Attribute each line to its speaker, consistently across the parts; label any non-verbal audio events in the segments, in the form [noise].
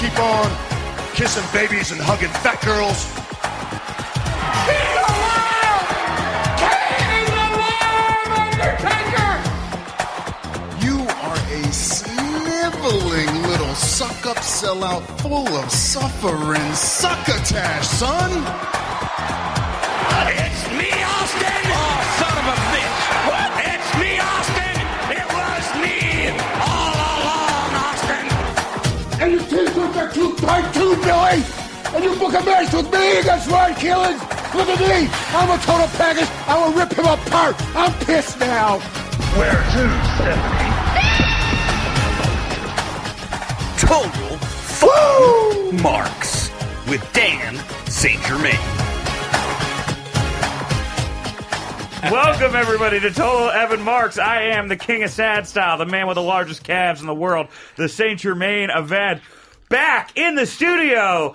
Speaker 1: keep on kissing babies and hugging fat girls.
Speaker 2: He's alive! Kane is alive, Undertaker!
Speaker 3: You are a sniveling little suck up sellout full of suffering succotash, son!
Speaker 2: It's me, Austin! Oh, son of a bitch! What? It's me, Austin! It was me all along, Austin!
Speaker 4: and your t-shirts are too tight too, Billy. And you book a match with me. That's right, Keelan. Look at me. I'm a total package. I will rip him apart. I'm pissed now.
Speaker 1: Where to, Stephanie?
Speaker 5: Total Foo Marks with Dan St. Germain.
Speaker 6: Welcome everybody to Total Evan Marks. I am the king of sad style, the man with the largest calves in the world, the Saint Germain event. Back in the studio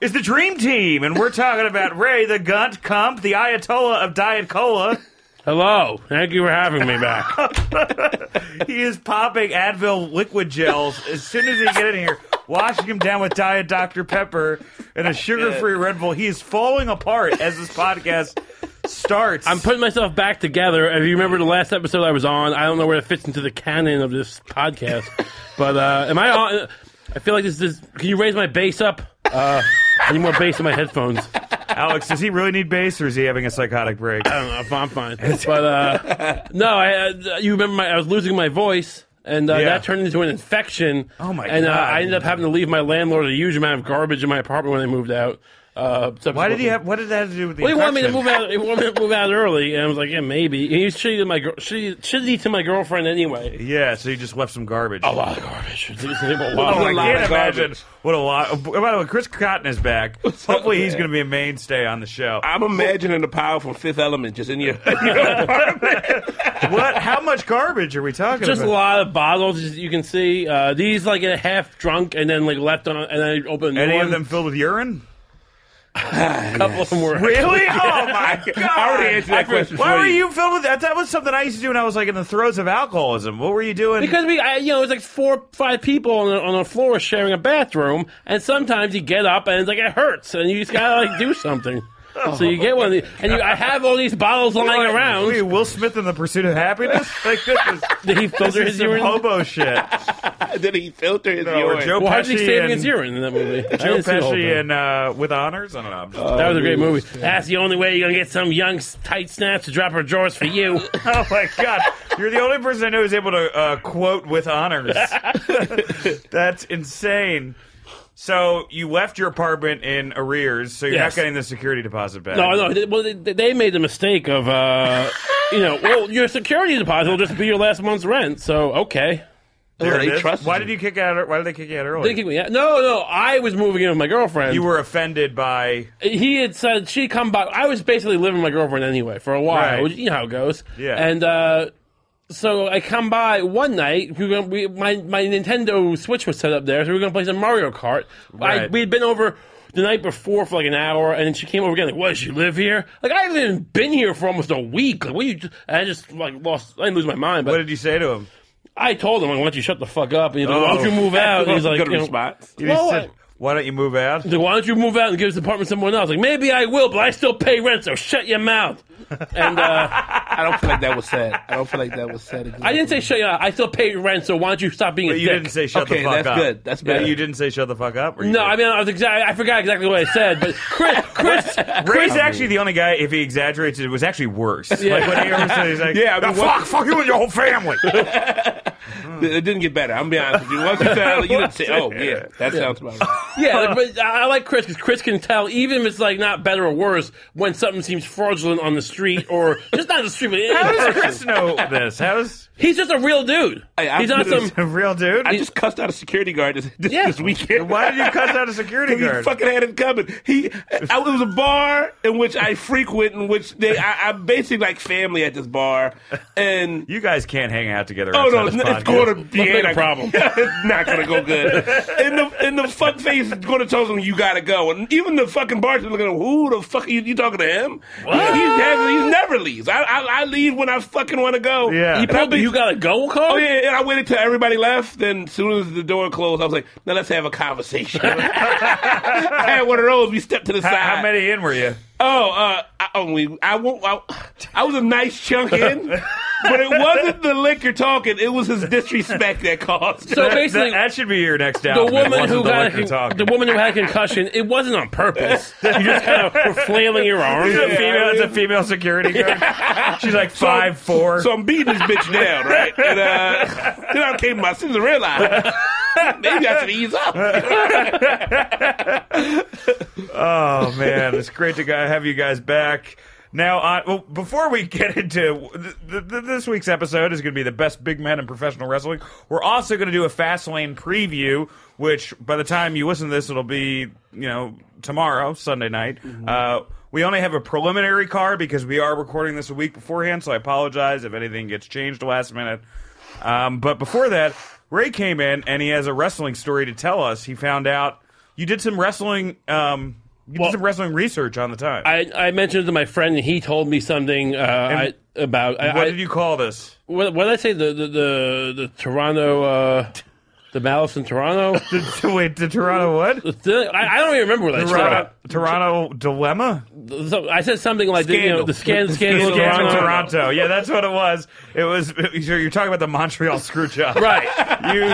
Speaker 6: is the Dream Team, and we're talking about Ray the Gunt Kump, the Ayatollah of Diet Cola.
Speaker 7: Hello. Thank you for having me back.
Speaker 6: [laughs] He is popping Advil liquid gels as soon as he get in here, washing him down with Diet Dr Pepper and a sugar-free Red Bull. He is falling apart as this podcast starts.
Speaker 7: I'm putting myself back together. If you remember the last episode I was on, I don't know where it fits into the canon of this
Speaker 6: [laughs]
Speaker 7: podcast, but uh, am I on? I feel like this is. Can you raise my bass up? Uh, I need more bass in my headphones.
Speaker 6: Alex, does he really need bass, or is he having a psychotic break?
Speaker 7: I don't know if I'm fine, but uh, no, I, uh, you remember my, I was losing my voice, and uh,
Speaker 6: Yeah.
Speaker 7: that turned into an infection.
Speaker 6: Oh, my
Speaker 7: And uh,
Speaker 6: God.
Speaker 7: I ended up having to leave my landlord a huge amount of garbage in my apartment when I moved out. Uh,
Speaker 6: Why did he have? What did that have to do with the?
Speaker 7: Well, he wanted me to
Speaker 6: infection?
Speaker 7: move out. He wanted me to move out early, and I was like, "Yeah, maybe." And he was shitty to my girl. Shitty, shitty to my girlfriend anyway.
Speaker 6: Yeah, so you just left some garbage.
Speaker 7: A lot of garbage. It's- it's a
Speaker 6: Oh,
Speaker 7: lot.
Speaker 6: I can't
Speaker 7: Of garbage.
Speaker 6: imagine what a lot. oh, By the way, Chris Cotton is back. Hopefully, he's going to be a mainstay on the show.
Speaker 8: I'm imagining the power from Fifth Element just in your.
Speaker 6: What? How much garbage are we talking
Speaker 7: [laughs] Just a
Speaker 6: about?
Speaker 7: lot of bottles, as you can see. Uh, these like a half drunk, and then like left on, and then I opened
Speaker 6: Any
Speaker 7: one,
Speaker 6: of them filled with urine?
Speaker 7: A couple of them were.
Speaker 6: Really? Oh [laughs] my god!
Speaker 8: I already answered that question
Speaker 6: Why
Speaker 8: for
Speaker 6: were
Speaker 8: you.
Speaker 6: you filled with that? That was something I used to do when I was like in the throes of alcoholism. What were you doing?
Speaker 7: Because we, I, you know, it's like four, five people on a, on a floor sharing a bathroom, and sometimes you get up and it's like it hurts, and you just gotta like
Speaker 6: [laughs]
Speaker 7: do something. so you get one, of these, and you, I have all these bottles lying
Speaker 6: Like,
Speaker 7: around.
Speaker 6: what are you, Will Smith in the Pursuit of Happiness? Like this is
Speaker 7: Did he
Speaker 6: this
Speaker 7: filter
Speaker 6: is
Speaker 7: his
Speaker 6: some
Speaker 7: urine?
Speaker 6: hobo shit.
Speaker 8: Did he filter his
Speaker 6: No, or
Speaker 8: urine?
Speaker 6: Joe
Speaker 7: Well, how's he
Speaker 6: Pesci
Speaker 7: saving
Speaker 6: and-
Speaker 7: his urine in that movie? I
Speaker 6: Joe
Speaker 7: didn't see the whole thing.
Speaker 6: Pesci and uh, with honors. I don't know. I'm just, [laughs]
Speaker 7: that was a great movie. That's the only way you're gonna get some young s- tight snaps to drop her drawers for you.
Speaker 6: [laughs] oh my god, you're the only person I know who's able to uh, quote with
Speaker 7: [laughs]
Speaker 6: honors. That's insane. So you left your apartment in arrears, so you're
Speaker 7: Yes.
Speaker 6: not getting the security deposit back.
Speaker 7: no, no. They, well, they, they made the mistake of, uh, you know, well, your security deposit will just be your last month's rent. So okay.
Speaker 6: There
Speaker 8: Well,
Speaker 6: it
Speaker 8: they
Speaker 6: is.
Speaker 8: trusted
Speaker 6: Why
Speaker 8: you.
Speaker 6: did you kick out? Why did they kick you out early?
Speaker 7: Thinking we, no, no. I was moving in with my girlfriend.
Speaker 6: you were offended by
Speaker 7: he had said she come by. I was basically living with my girlfriend anyway for a while.
Speaker 6: Right.
Speaker 7: which- You know how it goes.
Speaker 6: Yeah.
Speaker 7: And uh, so I come by one night. We were, we, my my Nintendo Switch was set up there, so we were gonna play some Mario Kart. I,
Speaker 6: Right.
Speaker 7: we had been over the night before for like an hour, and then she came over again. Like, what? She live here? Like, I haven't even been here for almost a week. Like, what? You? and I just like lost. I didn't lose my mind,
Speaker 6: what
Speaker 7: but
Speaker 6: did you say to him?
Speaker 7: I told him, like, why don't you shut the fuck up? And he's like, why don't
Speaker 6: Oh.
Speaker 7: you move out?
Speaker 6: [laughs]
Speaker 7: And he's like,
Speaker 8: good
Speaker 7: you know,
Speaker 8: response.
Speaker 6: You
Speaker 7: Well,
Speaker 6: said,
Speaker 7: I-
Speaker 6: why don't you move out?
Speaker 7: He's like, why don't you move out and give this apartment to someone else? Like, maybe I will, but I still pay rent, so shut your mouth. And uh,
Speaker 8: I don't feel like that was said. I don't feel like that was said. Exactly.
Speaker 7: I didn't say shut your mouth. I still pay rent, so why don't you stop being a
Speaker 6: But you
Speaker 7: dick?
Speaker 6: didn't say shut the
Speaker 8: Okay,
Speaker 6: fuck
Speaker 8: that's
Speaker 6: up.
Speaker 8: good. That's
Speaker 6: Yeah,
Speaker 8: better.
Speaker 6: You didn't say shut the fuck up. or you
Speaker 7: no,
Speaker 6: did?
Speaker 7: I mean, I was exactly, I forgot exactly what I said,
Speaker 6: [laughs]
Speaker 7: but Chris, Chris,
Speaker 6: Ray's
Speaker 7: Chris,
Speaker 6: actually the only guy. If he exaggerates, it was actually worse. Like when he ever said, he's [laughs] like,
Speaker 8: Yeah, I mean,
Speaker 6: "The
Speaker 8: what-
Speaker 6: fuck, fuck you and your whole [laughs] family."
Speaker 8: It it didn't get better. I'm being honest with you. Once you said, it, you didn't say. Oh yeah, that sounds about right.
Speaker 7: yeah, like, but I I like Chris because Chris can tell, even if it's like not better or worse, when something seems fraudulent on the street
Speaker 6: [laughs]
Speaker 7: or just not the street, but in
Speaker 6: How does
Speaker 7: person.
Speaker 6: Chris know this? How does
Speaker 7: He's just a real dude.
Speaker 8: Hey, I'm
Speaker 7: He's not
Speaker 8: gonna-
Speaker 7: some.
Speaker 6: [laughs]
Speaker 7: [laughs]
Speaker 6: a real dude?
Speaker 8: I just cussed out a security guard this, this,
Speaker 7: Yeah.
Speaker 8: this weekend.
Speaker 6: Why did
Speaker 8: [laughs]
Speaker 6: you cuss out a security
Speaker 8: He
Speaker 6: guard?
Speaker 8: fucking had it coming. He, I, it was a bar in which I frequent, in which they, I, I'm basically like family at this bar, and
Speaker 6: You guys can't hang out together.
Speaker 8: Oh
Speaker 6: outside
Speaker 8: no,
Speaker 6: this
Speaker 8: no, it's
Speaker 7: podcast.
Speaker 8: going to be
Speaker 7: Let's make
Speaker 8: a
Speaker 7: a problem.
Speaker 8: [laughs] it's not going to go good. And the and the fuck face is going to tell them you got to go. And even the fucking bartender looking at him, who the fuck are you, you talking to him? He, he, has, he never leaves. I, I I leave when I fucking want to go.
Speaker 6: Yeah.
Speaker 7: You
Speaker 8: And I'll
Speaker 7: probably
Speaker 8: be-
Speaker 7: you got a go call?
Speaker 8: Oh yeah, and I waited till everybody left. Then as soon as the door closed, I was like, "Now let's have a conversation." [laughs] I had one of those. We stepped to the
Speaker 6: How,
Speaker 8: side.
Speaker 6: how many in were you?
Speaker 8: Oh, uh, I, oh, we, I, won't- I, I was a nice chunk in, but it wasn't the liquor talking. It was his disrespect that caused. it.
Speaker 7: So basically,
Speaker 6: that, that should be your next
Speaker 7: the
Speaker 6: album. It
Speaker 7: woman
Speaker 6: wasn't
Speaker 7: who
Speaker 6: the
Speaker 7: got
Speaker 6: liquor
Speaker 7: a con-
Speaker 6: talking.
Speaker 7: the woman who had a concussion, it wasn't
Speaker 6: [laughs]
Speaker 7: on purpose. you [laughs] just kind of were flailing your arms.
Speaker 6: It's a
Speaker 8: Yeah,
Speaker 6: female.
Speaker 8: I
Speaker 6: It's a
Speaker 8: mean-
Speaker 6: female security guard. She's like five four.
Speaker 8: So I'm beating this bitch down, right? And uh, then I came to my senses and realized maybe I should ease up.
Speaker 6: oh man, it's great to gu- have you guys back. Now, uh, well, before we get into th- th- th- this week's episode, is going to be the best big men in professional wrestling. We're also going to do a fast lane preview, which by the time you listen to this, it'll be you know tomorrow, Sunday night. Uh, we only have a preliminary card because we are recording this a week beforehand, so I apologize if anything gets changed last minute. Um, but before that, Ray came in and he has a wrestling story to tell us. He found out you did some wrestling. Um, you
Speaker 7: Well-
Speaker 6: did some wrestling research on the time.
Speaker 7: I, I mentioned it to my friend, and he told me something uh, I, about. I,
Speaker 6: what
Speaker 7: I,
Speaker 6: did you call this?
Speaker 7: what, what did I say? The the the, the Toronto, uh, the malice in Toronto. [laughs]
Speaker 6: The- [laughs] Wait, the Toronto what?
Speaker 7: The- I, I don't even remember what I
Speaker 6: Toronto,
Speaker 7: said.
Speaker 6: Toronto dilemma.
Speaker 7: So I said something like the, you know, the scan, scandal, in
Speaker 6: Scandal
Speaker 7: Toronto.
Speaker 6: Toronto. Yeah, that's what it was. It was. You're, you're talking about the Montreal screw job,
Speaker 7: Right. [laughs]
Speaker 6: You.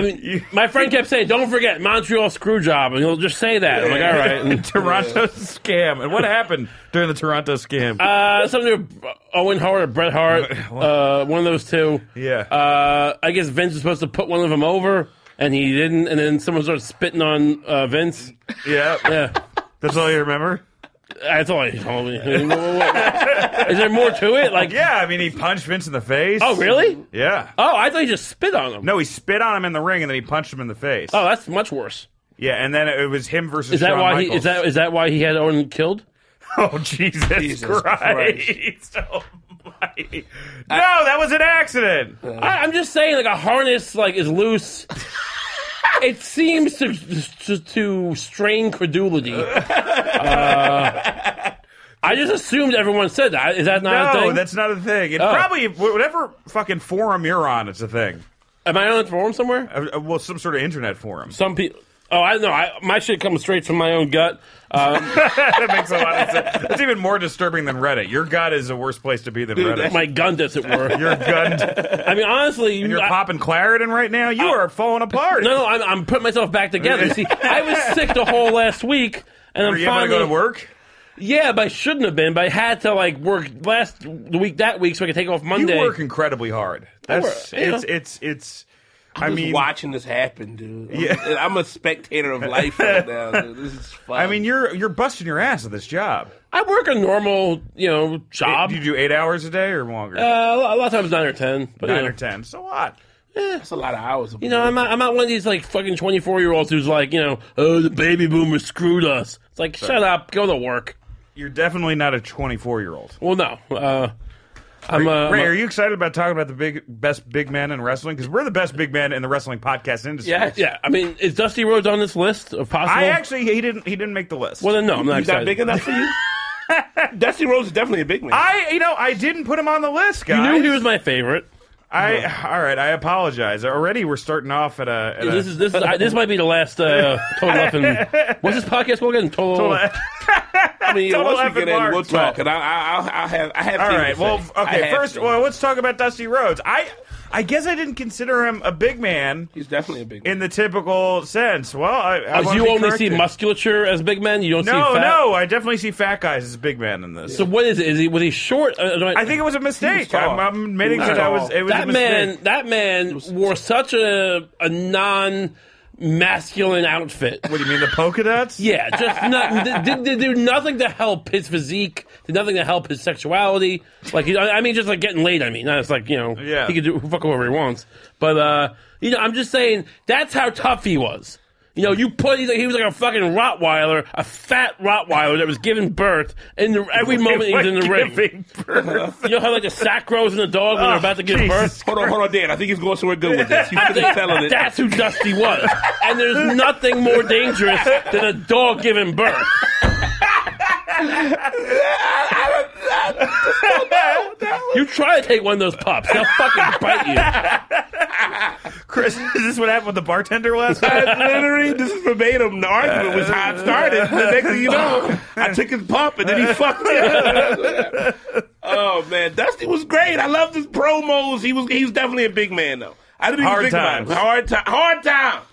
Speaker 6: [laughs]
Speaker 7: mean, my friend kept saying, "Don't forget Montreal screw job," and he'll just say that. I'm like, all right.
Speaker 6: [laughs]
Speaker 7: And,
Speaker 6: Toronto scam. And what happened during the Toronto scam?
Speaker 7: uh, something with Owen Hart or Bret Hart,
Speaker 6: [laughs]
Speaker 7: uh, one of those two.
Speaker 6: Yeah.
Speaker 7: Uh, I guess Vince was supposed to put one of them over, and he didn't. And then someone started spitting on uh, Vince.
Speaker 6: yeah.
Speaker 7: Yeah.
Speaker 6: That's all you remember?
Speaker 7: That's all he told me. [laughs] Is there more to it? Like,
Speaker 6: Yeah, I mean, he punched Vince in the face.
Speaker 7: oh, really?
Speaker 6: Yeah.
Speaker 7: Oh, I thought he just spit on him.
Speaker 6: No, he spit on him in the ring and then he punched him in the face.
Speaker 7: Oh, that's much worse.
Speaker 6: Yeah, and then it was him versus
Speaker 7: Is that
Speaker 6: Shawn
Speaker 7: why he
Speaker 6: Michaels.
Speaker 7: is that is that why he had Owen killed?
Speaker 6: [laughs] Oh Jesus,
Speaker 8: Jesus
Speaker 6: Christ! [laughs] Almighty. no, that was an accident.
Speaker 7: I, I'm just saying, like a harness, like
Speaker 6: [laughs]
Speaker 7: is loose. it seems to, to to strain credulity.
Speaker 6: [laughs]
Speaker 7: Uh, I just assumed everyone said that. Is that not a
Speaker 6: No,
Speaker 7: thing?
Speaker 6: that's not a thing. It
Speaker 7: Oh.
Speaker 6: probably whatever fucking forum you're on, it's a thing.
Speaker 7: Am I on a forum somewhere?
Speaker 6: Uh, uh, Well, some sort of internet forum.
Speaker 7: Some people. Oh, I know. I, my shit comes straight from my own gut. Um,
Speaker 6: that makes a lot of sense. That's even more disturbing than Reddit. Your gut is a worse place to be than Reddit.
Speaker 7: my gun, as it were.
Speaker 6: You're gunned.
Speaker 7: I mean, honestly,
Speaker 6: You're
Speaker 7: I-
Speaker 6: popping Claritin right now. You are falling apart.
Speaker 7: No, no, I'm, I'm putting myself back together. See, I was sick the whole last week, and
Speaker 6: Are
Speaker 7: I'm
Speaker 6: you able to
Speaker 7: finally
Speaker 6: go to work?
Speaker 7: Yeah, but I shouldn't have been. But I had to like work last the week that week, so I could take off Monday.
Speaker 6: You work incredibly hard. That's
Speaker 7: work, yeah.
Speaker 6: it's it's it's. I
Speaker 8: Just
Speaker 6: mean,
Speaker 8: watching this happen, dude. I'm,
Speaker 6: Yeah.
Speaker 8: I'm a spectator of life right now. Dude. This is fun.
Speaker 6: I mean, you're you're busting your ass at this job.
Speaker 7: I work a normal, you know, job.
Speaker 6: Do you do eight hours a day or longer?
Speaker 7: uh, a lot of times nine or ten, but
Speaker 6: Nine
Speaker 7: you know.
Speaker 6: or ten. So what?
Speaker 8: that's a lot of hours. Of
Speaker 7: You know, I'm not, I'm not one of these like fucking 24 year olds who's like, you know, oh, the baby boomers screwed us. It's like, shut up, go to work.
Speaker 6: You're definitely not a 24 year old.
Speaker 7: Well, no, uh, I'm. Uh,
Speaker 6: Ray,
Speaker 7: I'm a-
Speaker 6: are you excited about talking about the big best big men in wrestling? Because we're the best big men in the wrestling podcast industry.
Speaker 7: yeah, yeah. I mean, is Dusty Rhodes on this list of possible?
Speaker 6: I actually he didn't he didn't make the list.
Speaker 7: Well, then no, I'm not
Speaker 8: He's not
Speaker 7: excited.
Speaker 8: big enough
Speaker 6: [laughs]
Speaker 8: for you. Dusty Rhodes is definitely a big man.
Speaker 6: I you know I didn't put him on the list,
Speaker 7: you
Speaker 6: guys.
Speaker 7: knew he was my favorite.
Speaker 6: I all right. I apologize. Already we're starting off at a. At a
Speaker 7: This is this is I, this might be the last uh, total up and
Speaker 6: [laughs]
Speaker 7: what's this podcast called again? Total, Uh,
Speaker 8: I mean,
Speaker 6: Total
Speaker 8: once we
Speaker 6: effing
Speaker 8: get in, we'll
Speaker 6: marks.
Speaker 8: talk, and I, I, I'll, I'll have, I have.
Speaker 6: all
Speaker 8: things to
Speaker 6: right.
Speaker 8: say.
Speaker 6: Well,
Speaker 8: I
Speaker 6: okay.
Speaker 8: have
Speaker 6: First,
Speaker 8: things.
Speaker 6: well, let's talk about Dusty Rhodes. I I guess I didn't consider him a big man
Speaker 8: he's definitely a big man.
Speaker 6: in the typical sense. Well, I, I
Speaker 7: As
Speaker 6: wanna
Speaker 7: you
Speaker 6: be
Speaker 7: only
Speaker 6: corrected.
Speaker 7: see musculature as big men, you don't
Speaker 6: No,
Speaker 7: see fat.
Speaker 6: no, I definitely see fat guys as big man in this.
Speaker 7: So what is it? Is he was he short? Uh, do
Speaker 6: I think it was a mistake.
Speaker 8: tall.
Speaker 6: I'm, I'm admitting
Speaker 8: He was
Speaker 6: that I
Speaker 8: tall.
Speaker 6: was. It was a
Speaker 7: that
Speaker 6: mistake.
Speaker 7: man that man wore such a a non masculine outfit.
Speaker 6: What do you mean the polka dots? [laughs]
Speaker 7: Yeah, just not, did, did do nothing to help his physique, did nothing to help his sexuality. Like, he- I I mean, just like getting laid. I mean, not it's like you know,
Speaker 6: Yeah.
Speaker 7: [laughs] he could do fuck whoever he wants. But uh, you know, I'm just saying that's how tough he was. You know, you put he's like, he was like a fucking Rottweiler, a fat Rottweiler that was given birth in the,
Speaker 6: [laughs]
Speaker 7: every moment he was in the ring.
Speaker 6: Giving birth.
Speaker 7: You know how like a sack grows in a dog when they're about to give
Speaker 6: Ah, Jesus
Speaker 7: birth.
Speaker 8: Hold on, hold on, Dan. I think he's going somewhere good with this. He's
Speaker 7: I think
Speaker 8: telling
Speaker 7: [laughs]
Speaker 8: it. [laughs]
Speaker 7: that's who Dusty was. And there's nothing more dangerous than a dog giving birth. You try to take one of those pups, they'll fucking bite you.
Speaker 6: Chris, [laughs] is this what happened with the bartender last night?
Speaker 8: Literally, this is verbatim. The argument was how it started. The next thing you know, I took his pump and then he fucked it. [laughs] oh man, Dusty was great. I loved his promos. He was he was definitely a big man though. I didn't even
Speaker 6: Hard
Speaker 8: think
Speaker 6: times.
Speaker 8: about it. Hard times. Hard times.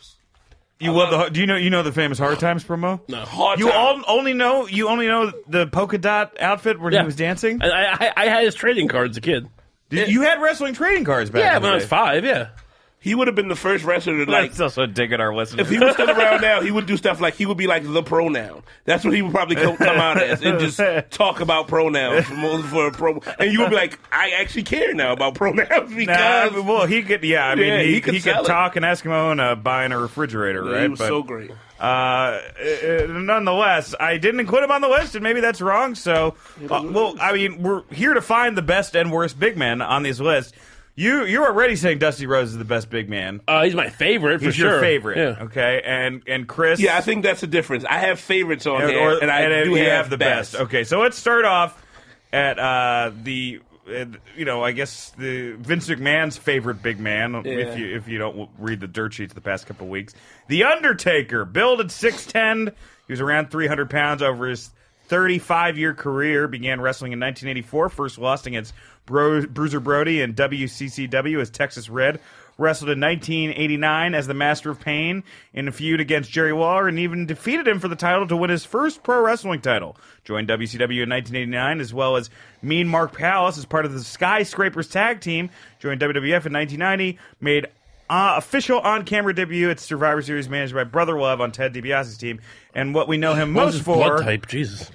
Speaker 6: You love the. Do you know? You know the famous Hard Times promo. No.
Speaker 8: Hard
Speaker 6: You
Speaker 8: times.
Speaker 6: all only know. You only know the polka dot outfit where
Speaker 7: Yeah.
Speaker 6: he was dancing.
Speaker 7: And I, I, I had his trading cards as a kid.
Speaker 6: Did- you had wrestling trading cards back.
Speaker 7: Yeah,
Speaker 6: in the
Speaker 7: when I was
Speaker 6: day.
Speaker 7: five, yeah.
Speaker 8: he would have been the first wrestler to like
Speaker 6: That's also digging our listeners.
Speaker 8: If [laughs] he was still around now, he would do stuff like he would be like the pronoun. That's what he would probably co- come out as and just talk about pronouns for, most- for a pro. And you would be like, I actually care now about pronouns [laughs]
Speaker 6: Nah, I
Speaker 8: because
Speaker 6: mean, well, he could. Yeah, I mean,
Speaker 8: Yeah,
Speaker 6: he,
Speaker 8: he could
Speaker 6: he could
Speaker 8: sell it.
Speaker 6: talk an Eskimo and uh, buy in a refrigerator, right?
Speaker 8: he was
Speaker 6: But,
Speaker 8: so great.
Speaker 6: Uh, uh, nonetheless, I didn't include him on the list, and maybe that's wrong. So, uh, well, I mean, we're here to find the best and worst big men on these lists. You you're already saying Dusty Rose is the best big man.
Speaker 7: Uh, he's my favorite for
Speaker 6: He's
Speaker 7: sure.
Speaker 6: your favorite,
Speaker 7: Yeah.
Speaker 6: okay? And and Chris,
Speaker 8: Yeah, I think that's the difference. I have favorites on
Speaker 6: and,
Speaker 8: here,
Speaker 6: or-
Speaker 8: and I
Speaker 6: and
Speaker 8: do
Speaker 6: you
Speaker 8: have,
Speaker 6: the best. Okay, so let's start off at uh, the uh, you know I guess the Vince McMahon's favorite big man. If you if you don't w- read the dirt sheets the past couple weeks, the Undertaker, billed at six ten, he was around three hundred pounds over his. 35 year career began wrestling in 1984. First lost against Bro- Bruiser Brody in WCCW as Texas Red. Wrestled in 1989 as the Master of Pain in a feud against Jerry Waller and even defeated him for the title to win his first pro wrestling title. Joined WCW in 1989 as well as Mean Mark Palace as part of the Skyscrapers tag team. Joined WWF in 1990. Made uh, official on camera debut at Survivor Series managed by Brother Love on Ted DiBiase's team. And what we know him
Speaker 7: What was
Speaker 6: most
Speaker 7: his
Speaker 6: for
Speaker 7: blood type? Jesus.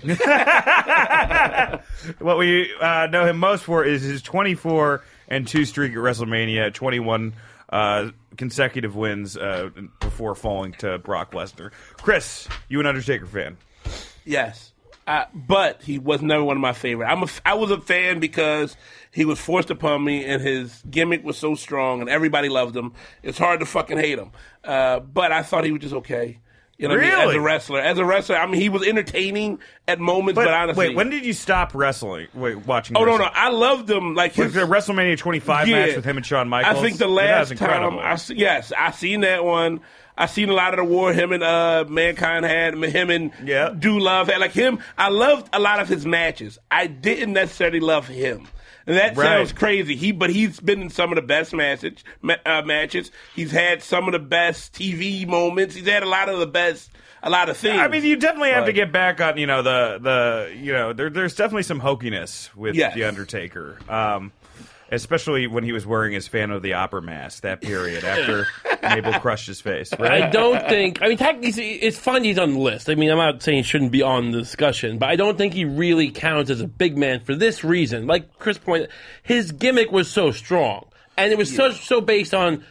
Speaker 6: what we uh, know him most for is his 24 and two streak at WrestleMania, 21 uh, consecutive wins uh, before falling to Brock Lesnar. Chris, you an Undertaker fan?
Speaker 8: Yes. I, but he was never one of my favorite. I'm a, f- I was a fan because he was forced upon me, and his gimmick was so strong, and everybody loved him. It's hard to fucking hate him. Uh, but I thought he was just okay. You know what I mean? As
Speaker 6: Really?
Speaker 8: a wrestler, as a wrestler, I mean, he was entertaining at moments, but, honestly,
Speaker 6: wait, when did you stop wrestling? Wait, watching?
Speaker 8: oh no, no,
Speaker 6: wrestling?
Speaker 8: I loved him. Like
Speaker 6: Was
Speaker 8: his,
Speaker 6: the WrestleMania 25
Speaker 8: yeah.
Speaker 6: match with him and Shawn Michaels?
Speaker 8: I think the
Speaker 6: That was
Speaker 8: last time,
Speaker 6: incredible.
Speaker 8: I se- yes, I seen that one. I seen a lot of the war him and uh, Mankind had, him and
Speaker 6: Yeah.
Speaker 8: Do Love had. Like him, I loved a lot of his matches. I didn't necessarily love him. And that
Speaker 6: Right.
Speaker 8: sounds crazy. He, but he's been in some of the best matches. ma- Uh, matches. He's had some of the best TV moments. He's had a lot of the best, a lot of things.
Speaker 6: I mean, you definitely have to
Speaker 8: Like-
Speaker 6: get back on, you know, the the you know, there, there's definitely some hokiness with
Speaker 8: Yes.
Speaker 6: the Undertaker, um, especially when he was wearing his fan of the opera mask that period
Speaker 8: [laughs]
Speaker 6: after Mabel crushed his face. Right?
Speaker 7: I don't think. I mean, technically, it's fun he's on the list. I mean, I'm not saying he shouldn't be on the discussion, but I don't think he really counts as a big man for this reason. Like Chris pointed, his gimmick was so strong, and it was so so based on.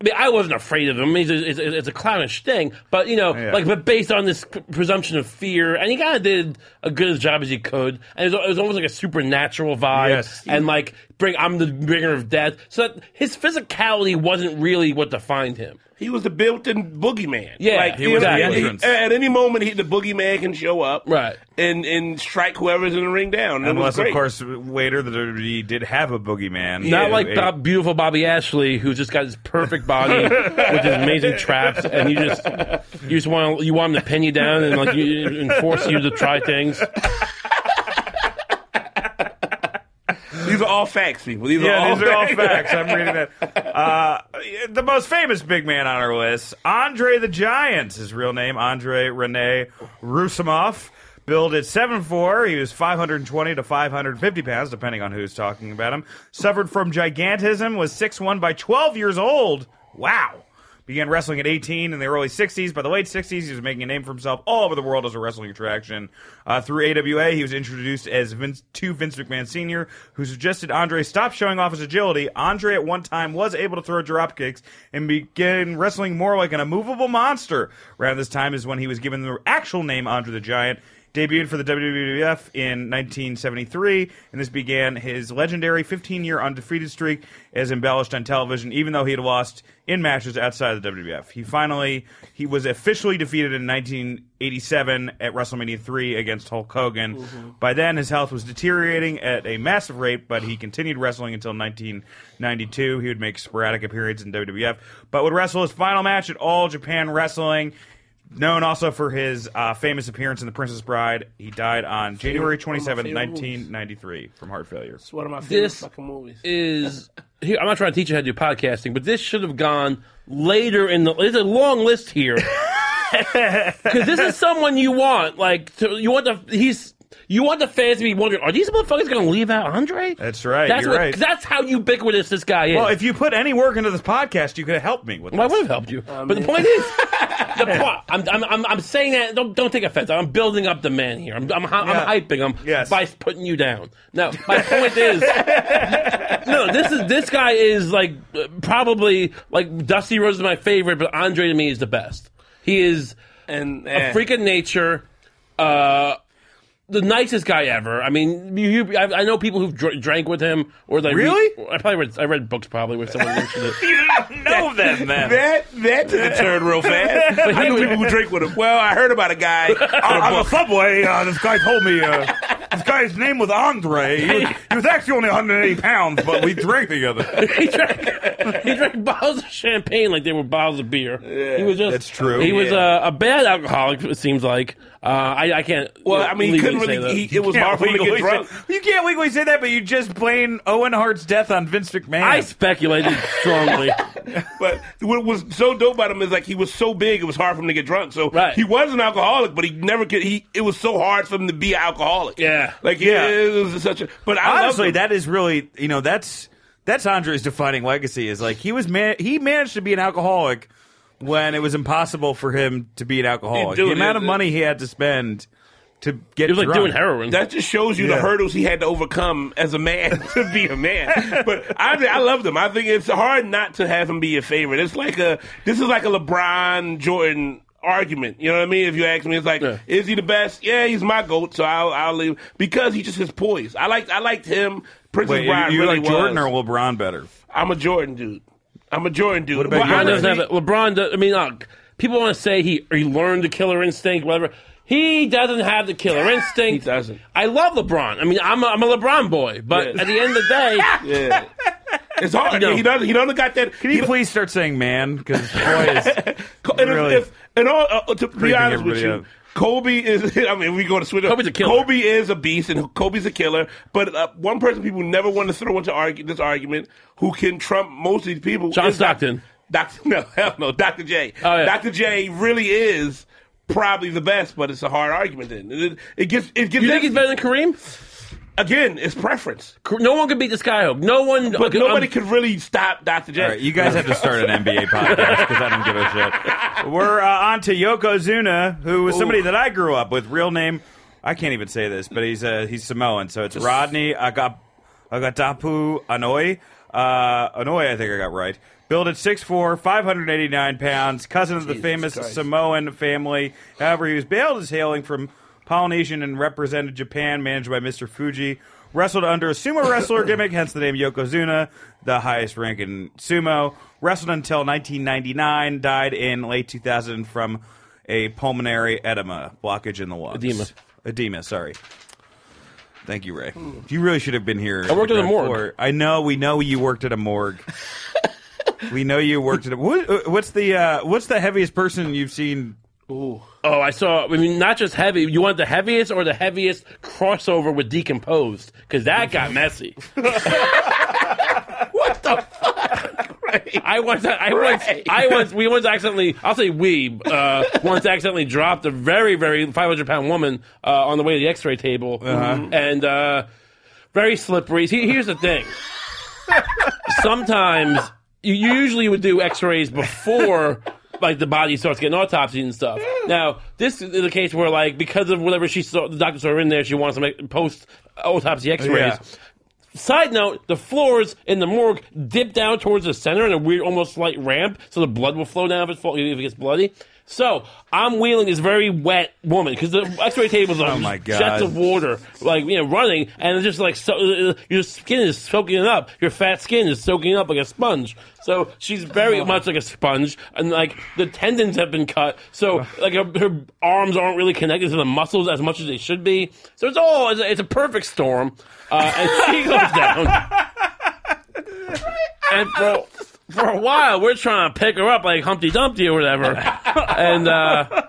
Speaker 7: I mean, I wasn't afraid of him. It's a, it's a, it's a clownish thing, but you know,
Speaker 6: Yeah.
Speaker 7: like, but based on this p- presumption of fear, and he kind of did a good as job as he could, and it was, it was almost like a supernatural vibe,
Speaker 6: Yes.
Speaker 7: and like, bring I'm the bringer of death. So that his physicality wasn't really what defined him.
Speaker 8: He was the built-in boogeyman.
Speaker 7: Yeah,
Speaker 8: like,
Speaker 7: he
Speaker 8: you
Speaker 7: was
Speaker 8: know,
Speaker 7: the
Speaker 8: he-
Speaker 6: entrance.
Speaker 8: At any moment, he, the boogeyman can show up,
Speaker 7: Right.
Speaker 8: and and strike whoever's in the ring down. And it
Speaker 6: Unless,
Speaker 8: was
Speaker 6: of
Speaker 8: great.
Speaker 6: course, later the WWE did have a boogeyman.
Speaker 7: Not
Speaker 6: Yeah.
Speaker 7: like
Speaker 6: A-
Speaker 7: Bob, beautiful Bobby Ashley, who's just got his
Speaker 6: [laughs]
Speaker 7: perfect body with his amazing traps, and you just you just want you want him to pin you down and like you, and force you to try things.
Speaker 8: these are all facts, people. These
Speaker 6: Yeah,
Speaker 8: are all
Speaker 6: these are all
Speaker 8: facts.
Speaker 6: facts. I'm reading that. Uh, the most famous big man on our list, Andre the Giant. His real name, Andre Rene Rusimov. Billed at 7'4, he was 520 to 550 pounds, depending on who's talking about him. Suffered from gigantism, was 6'1 by 12 years old. Wow. Began wrestling at 18 in the early 60s. By the late 60s, he was making a name for himself all over the world as a wrestling attraction. Uh, through AWA, he was introduced as Vince, to Vince McMahon Sr., who suggested Andre stop showing off his agility. Andre at one time was able to throw drop kicks and began wrestling more like an immovable monster. Around this time is when he was given the actual name Andre the Giant debuted for the WWF in 1973, and this began his legendary 15-year undefeated streak as embellished on television, even though he had lost in matches outside of the WWF. He finally he was officially defeated in 1987 at WrestleMania 3 against Hulk Hogan. By then, his health was deteriorating at a massive rate, but he continued wrestling until 1992. He would make sporadic appearances in WWF, but would wrestle his final match at All Japan Wrestling known also for his uh, famous appearance in The Princess Bride. He died on January
Speaker 8: one of my
Speaker 6: 27,
Speaker 8: favorite movies.
Speaker 6: 1993, from heart failure.
Speaker 8: It's [laughs] one of my favorite
Speaker 7: This-
Speaker 8: fucking movies.
Speaker 7: is here. I'm not trying to teach you how to do podcasting, but this should have gone later in the. There's a long
Speaker 6: [laughs]
Speaker 7: list here because this is someone you want. Like to, you want the he's you want the fans to be wondering, are these motherfuckers going to leave out Andre?
Speaker 6: That's right,
Speaker 7: That's
Speaker 6: you're
Speaker 7: what,
Speaker 6: right.
Speaker 7: That's how ubiquitous this guy is.
Speaker 6: Well, if you put any work into this podcast, you could have helped me with
Speaker 7: Well, I
Speaker 6: this.
Speaker 7: would have helped you,
Speaker 6: Oh,
Speaker 7: but the
Speaker 6: [laughs]
Speaker 7: point is, the point. I'm, I'm, I'm, I'm saying that. Don't, don't take offense. I'm building up the man here. I'm, I'm, hi-
Speaker 6: Yeah.
Speaker 7: I'm hyping him
Speaker 6: Yes.
Speaker 7: by putting you down. No, my point is, no. This is this guy is like uh, probably like Dusty Rose is my favorite, but Andre to me is the best. He is
Speaker 8: And
Speaker 7: a freak of nature. Uh, the nicest guy ever. I mean, you, you, I, I know people who've dr- drank with him, or like
Speaker 6: Really?
Speaker 7: I probably read, I read books probably where someone
Speaker 6: [laughs]
Speaker 7: mentioned it.
Speaker 6: You don't know them, then.
Speaker 8: [laughs] That that took a turn real fast. I know people who drink with him. Well, I heard about a guy.
Speaker 1: Uh, on the subway, uh, this guy told me uh, this guy's name was Andre. He was, he was actually only 180 pounds, but we drank
Speaker 7: [laughs]
Speaker 1: together.
Speaker 7: he drank he drank bottles of champagne like they were bottles of beer. he was just
Speaker 1: that's true.
Speaker 7: He was uh, a bad alcoholic. It seems like uh, I, I can't.
Speaker 8: Well, I mean, he couldn't
Speaker 7: legally say
Speaker 8: really.
Speaker 7: that.
Speaker 8: He, it was hard for him to get drunk.
Speaker 6: Say, you can't legally say that, but you just blame Owen Hart's death on Vince McMahon.
Speaker 7: I
Speaker 8: [laughs]
Speaker 7: speculated strongly.
Speaker 8: But what was so dope about him is like he was so big, it was hard for him to get drunk. So
Speaker 7: Right.
Speaker 8: he was an alcoholic, but he never could. He it was so hard for him to be an alcoholic.
Speaker 7: Yeah.
Speaker 8: like
Speaker 6: Yeah.
Speaker 8: yeah, it was such a. But I
Speaker 6: Honestly,
Speaker 8: loved him.
Speaker 6: that is really, you know, that's that's Andre's defining legacy is like he was man he managed to be an alcoholic when it was impossible for him to be an alcoholic.
Speaker 8: Dude,
Speaker 6: the amount
Speaker 8: it-
Speaker 6: of money he had to spend to get
Speaker 7: He was like
Speaker 6: drunk.
Speaker 7: doing heroin.
Speaker 8: That just shows you
Speaker 6: Yeah.
Speaker 8: the hurdles he had to overcome as a man [laughs] to be a man. But I, I loved him. I think it's hard not to have him be your favorite. It's like a this is like a LeBron Jordan argument. You know what I mean? If you ask me, it's like,
Speaker 7: Yeah.
Speaker 8: is he the best? Yeah, he's my goat, so I'll I'll leave because he just his poise. I liked I liked him. Princess
Speaker 6: Wait, you,
Speaker 8: Bride
Speaker 6: you
Speaker 8: really
Speaker 6: like Jordan
Speaker 8: was.
Speaker 6: or LeBron better?
Speaker 8: I'm a Jordan dude. I'm a Jordan dude. What
Speaker 6: about you,
Speaker 7: LeBron
Speaker 6: Jordan?
Speaker 7: doesn't have it. LeBron. Does, I mean, uh, people want to say he he learned the killer instinct, whatever. He doesn't have the killer instinct.
Speaker 8: [laughs] He doesn't.
Speaker 7: I love LeBron. I mean, I'm a, I'm a LeBron boy, but
Speaker 8: Yeah.
Speaker 7: at the end of the
Speaker 8: [laughs]
Speaker 7: day,
Speaker 8: Yeah. It's hard.
Speaker 7: No.
Speaker 8: He doesn't. He doesn't got that.
Speaker 6: Can
Speaker 8: he
Speaker 6: you
Speaker 8: [laughs]
Speaker 6: please start saying man? Because boy, is,
Speaker 8: And, if-
Speaker 6: Really.
Speaker 8: if, and all, uh, to be
Speaker 6: Creeping
Speaker 8: honest with
Speaker 6: everybody
Speaker 8: you,
Speaker 6: out.
Speaker 8: Kobe is. [laughs] I mean, we go to switch. up.
Speaker 7: Kobe's a killer.
Speaker 8: Kobe is a beast, and Kobe's a killer. But uh, one person people never want to throw into argu- this argument, who can trump most of these people,
Speaker 7: John
Speaker 8: is Doc- [laughs]
Speaker 7: Stockton.
Speaker 8: Doctor, no, hell no, Doctor J.
Speaker 7: Oh, yeah.
Speaker 8: Doctor J. really is probably the best, but it's a hard argument. Then it, it gets it gets
Speaker 7: you think he's better than Kareem?
Speaker 8: again. It's preference,
Speaker 7: No one could beat this guy. Hook. No one.
Speaker 8: but
Speaker 7: okay,
Speaker 8: nobody
Speaker 7: I'm-
Speaker 8: could really stop Doctor J.
Speaker 6: um, all right, you guys have to start an NBA podcast because I don't give a shit. We're uh, on to Yokozuna, who was somebody that I grew up with. Real name, I can't even say this, but he's uh, he's Samoan, so it's Rodney Agap- Agatapu Anoi. Uh, Anoi, I think I got right. Built at 6'4", 589 pounds, cousin of the famous Samoan family. However, he was bailed as hailing from Polynesian and represented Japan, managed by Mr. Fuji. Wrestled under a sumo wrestler gimmick, hence the name Yokozuna, the highest rank in sumo. Wrestled until 1999, died in late 2000 from a pulmonary edema blockage in the lungs.
Speaker 7: Edema.
Speaker 6: Edema, sorry. Thank you, Ray. You really should have been here. I
Speaker 7: worked at a morgue.
Speaker 6: I know. We know you worked at a
Speaker 7: [laughs]
Speaker 6: morgue. we know you worked at a. What, what's the uh, What's the heaviest person you've seen?
Speaker 7: Oh, I saw. I mean, not just heavy. You want the heaviest or the heaviest crossover with decomposed? Because that got messy.
Speaker 8: What the
Speaker 7: I once, I once, I once, we once accidentally. I'll say we uh, once accidentally dropped a very, very 500 pound woman uh, on the way to the X-ray table, and uh, very slippery. See, here's the thing. Sometimes you you usually would do X-rays before. Like the body starts getting autopsied and stuff. Now, this is the case where, like, because of whatever she saw, the doctor saw her in there, she wants to make post autopsy X-rays.
Speaker 6: Yeah.
Speaker 7: Side note: the floors in the morgue dip down towards the center in a weird, almost slight ramp, so the blood will flow down if it, fall, if it gets bloody. So I'm wheeling this very wet woman because the X-ray table is
Speaker 6: Oh my
Speaker 7: like
Speaker 6: God.
Speaker 7: jets of water, like you know, running, and it's just like so, uh, your skin is soaking it up. Your fat skin is soaking it up like a sponge. So she's very much like a sponge, and like the tendons have been cut, so like her, her arms aren't really connected to the muscles as much as they should be. So it's all it's a, it's a perfect storm, uh, and she goes down. and for for a while, we're trying to pick her up like Humpty Dumpty or whatever, and. uh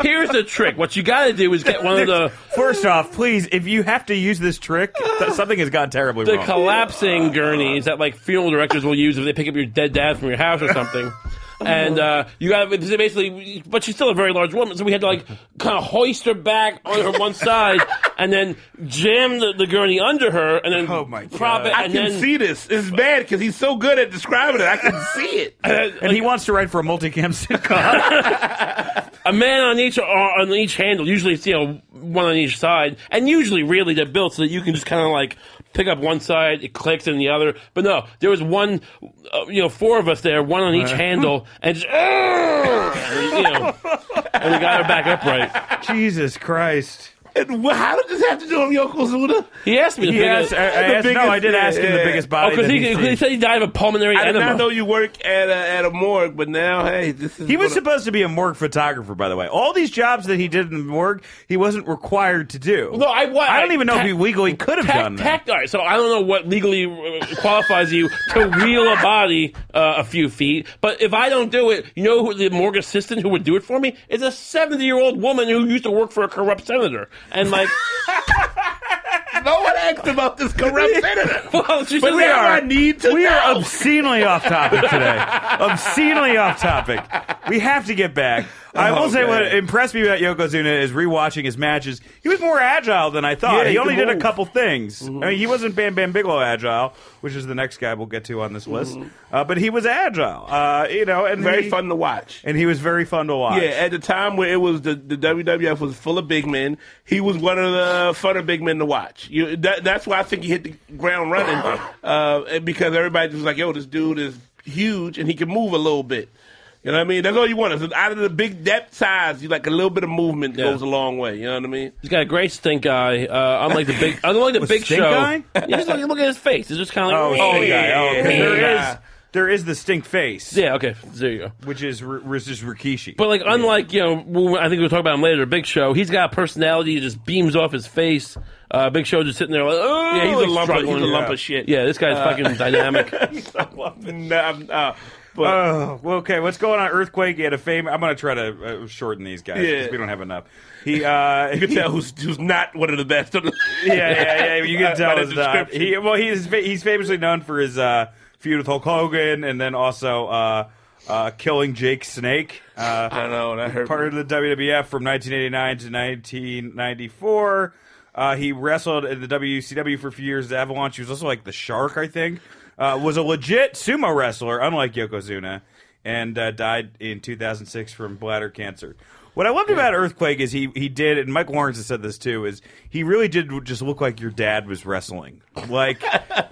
Speaker 7: Here's the trick. What you got to do is
Speaker 6: [laughs]
Speaker 7: get one of the
Speaker 6: First off, please, if you have to use this trick, th- something has gone terribly
Speaker 7: the
Speaker 6: wrong.
Speaker 7: collapsing gurneys that like funeral directors will use if they pick up your dead dad from your house
Speaker 1: [laughs]
Speaker 7: or something.
Speaker 1: Oh,
Speaker 7: And uh, you got to basically, but she's still a very large woman, so we had to
Speaker 1: [laughs]
Speaker 7: like kind of hoist her back on her one side, and then jam the, the gurney under her, and then
Speaker 1: Oh, my God.
Speaker 7: prop it,
Speaker 8: I
Speaker 7: and
Speaker 8: can
Speaker 7: then
Speaker 8: see this. It's bad because he's so good at describing it. I can see it.
Speaker 6: [laughs] and he wants to write for a multicam sitcom.
Speaker 7: a man on each ar- on each handle. Usually, it's, you know, one on each side, and usually, really, they're built so that you can just kind of like pick up one side, it clicks, and the other. But no, there was one, uh, you know, four of us there, one on each handle, and just, and, you know, and we got her back upright.
Speaker 6: Jesus Christ.
Speaker 8: And wh- how did this have to do with Yokozuna?
Speaker 7: He asked me to
Speaker 6: Yes, I,
Speaker 7: pick it.
Speaker 6: I asked, uh,
Speaker 8: biggest-
Speaker 6: no, I did ask him the
Speaker 8: yeah.
Speaker 6: biggest
Speaker 7: Oh,
Speaker 6: body.
Speaker 7: because
Speaker 6: that
Speaker 7: he,
Speaker 6: he's
Speaker 7: he
Speaker 6: seen.
Speaker 7: said he died of a pulmonary
Speaker 8: I did
Speaker 7: enema.
Speaker 8: not know you work at a, at a morgue, but now, hey, this is.
Speaker 6: He was
Speaker 8: what
Speaker 6: supposed to be a morgue photographer, by the way. All these jobs that he did in the morgue, he wasn't required to do.
Speaker 7: No, I wa-
Speaker 6: I don't even know
Speaker 7: I-
Speaker 6: if he legally could have
Speaker 7: Tac-
Speaker 6: done that.
Speaker 7: tac- all right, so I don't know what legally uh, qualifies you to wheel a body uh, a few feet, but if I don't do it, you know who the morgue assistant who would do it for me is a seventy-year-old woman who used to work for a corrupt senator,
Speaker 6: [laughs]
Speaker 7: and like,
Speaker 8: I- no one asked about
Speaker 6: [laughs]
Speaker 8: this corrupt senator.
Speaker 7: well, she
Speaker 8: But
Speaker 7: says
Speaker 8: we
Speaker 7: that-
Speaker 8: are. I need to
Speaker 6: we are
Speaker 8: know.
Speaker 6: obscenely off topic today. obscenely off topic. We have to get back. I will say what impressed me about Yokozuna is rewatching his matches. He was more agile than I thought.
Speaker 8: Yeah,
Speaker 6: he
Speaker 8: he
Speaker 6: only
Speaker 8: could
Speaker 6: did a
Speaker 8: move. Mm-hmm.
Speaker 6: couple things. I mean, he wasn't Bam Bam Bigelow agile, which is the next guy we'll get to on this list. Uh, but he was agile, uh, you know, and
Speaker 8: Mm-hmm. Very
Speaker 6: he,
Speaker 8: fun to watch.
Speaker 6: And he was very fun to watch.
Speaker 8: Yeah, at the time where it was the, the WWF was full of big men, he was one of the funner big men to watch. You, that, that's why I think he hit the ground running
Speaker 6: Uh-huh.
Speaker 8: uh, because everybody was like, "Yo, this dude is huge and he can move a little bit." You know what I mean? That's all you want. Is out of the big depth size, you like a little bit of movement
Speaker 7: Yeah.
Speaker 8: goes a long way. You know what
Speaker 6: [laughs]
Speaker 8: I mean?
Speaker 7: He's got a great stink eye. Uh, unlike the big, unlike the big
Speaker 6: stink
Speaker 7: show.
Speaker 6: eye?
Speaker 7: Yeah, just look, look at his face. It's just kind of
Speaker 6: Oh,
Speaker 7: like,
Speaker 6: stink guy. Oh, 'cause
Speaker 7: yeah.
Speaker 6: there
Speaker 8: Yeah.
Speaker 6: is there is the stink face,
Speaker 7: yeah, okay, there you go.
Speaker 6: which is R- R- is Rikishi.
Speaker 7: But like, unlike you know, when- I think we'll talk about him later. Big Show, he's got a personality that just beams off his face. Uh, Big Show just sitting there like, oh,
Speaker 8: Yeah, he's a
Speaker 7: like
Speaker 8: lump. Of, he's a
Speaker 7: struggling.
Speaker 8: lump of shit. Uh,
Speaker 7: Yeah, this guy's
Speaker 8: [laughs]
Speaker 7: fucking dynamic.
Speaker 8: Nah, nah, but
Speaker 6: Oh, well, okay. What's going on? Earthquake. He had a fame. I'm going to try to uh, shorten these guys because
Speaker 8: Yeah.
Speaker 6: we don't have enough. He, uh, [laughs]
Speaker 8: you can tell who's who's not one of the best. [laughs] Of the,
Speaker 6: yeah, yeah, yeah. You
Speaker 8: By-
Speaker 6: can
Speaker 8: [laughs] by
Speaker 6: tell
Speaker 8: the
Speaker 6: it's not.
Speaker 8: description.
Speaker 6: He, well, he's fa- he's famously known for his uh, feud with Hulk Hogan, and then also uh, uh, killing Jake Snake. Uh,
Speaker 8: I know that hurt.
Speaker 6: part
Speaker 8: me.
Speaker 6: of the WWF from 1989 to 1994. Uh, he wrestled in the WCW for a few years. The Avalanche. He was also like the Shark, I think. Uh, was a legit sumo wrestler, unlike Yokozuna, and uh, died in 2006 from bladder cancer. What I loved about Earthquake is he he did, and Mike Lawrence has said this too, is he really did just look like your dad was wrestling, like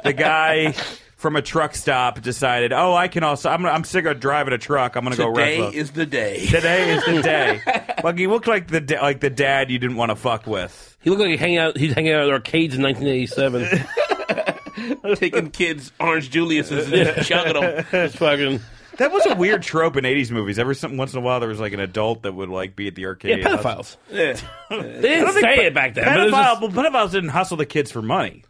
Speaker 6: the guy. From a truck stop, decided, oh, I can also. I'm, I'm sick of driving a truck. I'm gonna go
Speaker 8: Today
Speaker 6: wrestle.
Speaker 8: is the day.
Speaker 6: Today is the day. [laughs] like he looked like the da- like the dad you didn't want to fuck with.
Speaker 7: he looked like he hang out. He's hanging out at arcades in
Speaker 8: [laughs]
Speaker 7: 1987.
Speaker 8: Taking kids Orange Julius's and chugging them.
Speaker 7: [laughs] Just fucking
Speaker 6: That was a weird trope in '80s movies. Every some, once in a while, there was like an adult that would like be at the
Speaker 7: yeah,
Speaker 6: arcade.
Speaker 7: pedophiles.
Speaker 8: Yeah.
Speaker 7: They didn't say it back then. but it was just-
Speaker 6: Pedophile, well, pedophiles didn't hustle the kids for money.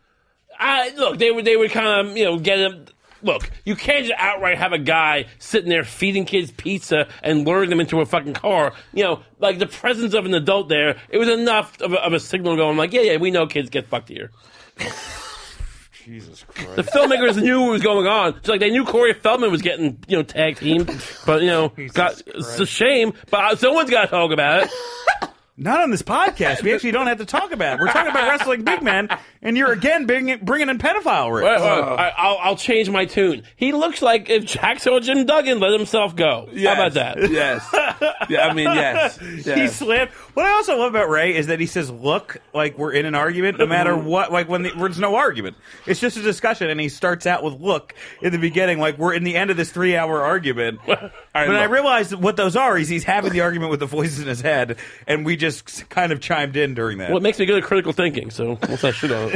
Speaker 7: I look, they would they would kind of you know get them. Look, you can't just outright have a guy sitting there feeding kids pizza and luring them into a fucking car. You know, like the presence of an adult there, it was enough of a, of a signal going like, yeah, yeah, we know kids get fucked here.
Speaker 6: Jesus Christ!
Speaker 7: The filmmakers knew what was going on. It's like they knew Corey Feldman was getting you
Speaker 6: [laughs]
Speaker 7: know tag teamed, but you know, got, it's a shame. But uh, someone's got to talk about it.
Speaker 6: Not on this podcast. We actually don't have to talk about it. We're talking about wrestling big men, and you're again bringing, bringing in pedophile rigs.
Speaker 7: Wait, hold on. I, I'll, I'll change my tune. He looks like if Jackson Jim Duggan let himself go. How
Speaker 6: [laughs]
Speaker 7: about that?
Speaker 8: Yes. Yeah, I mean, yes.
Speaker 6: He
Speaker 8: yes.
Speaker 6: slipped. What I also love about Ray is that he says, "Look, like we're in an argument, no matter what. Like when the, there's no argument, it's just a discussion." And he starts out with "Look" in the beginning, like we're in the end of this three-hour argument. but I
Speaker 8: look.
Speaker 6: realized that what those are is he's having the argument with the voices in his head, and we just kind of chimed in during that.
Speaker 7: Well, it makes me good at critical thinking, so what's that
Speaker 6: [laughs]
Speaker 7: shit on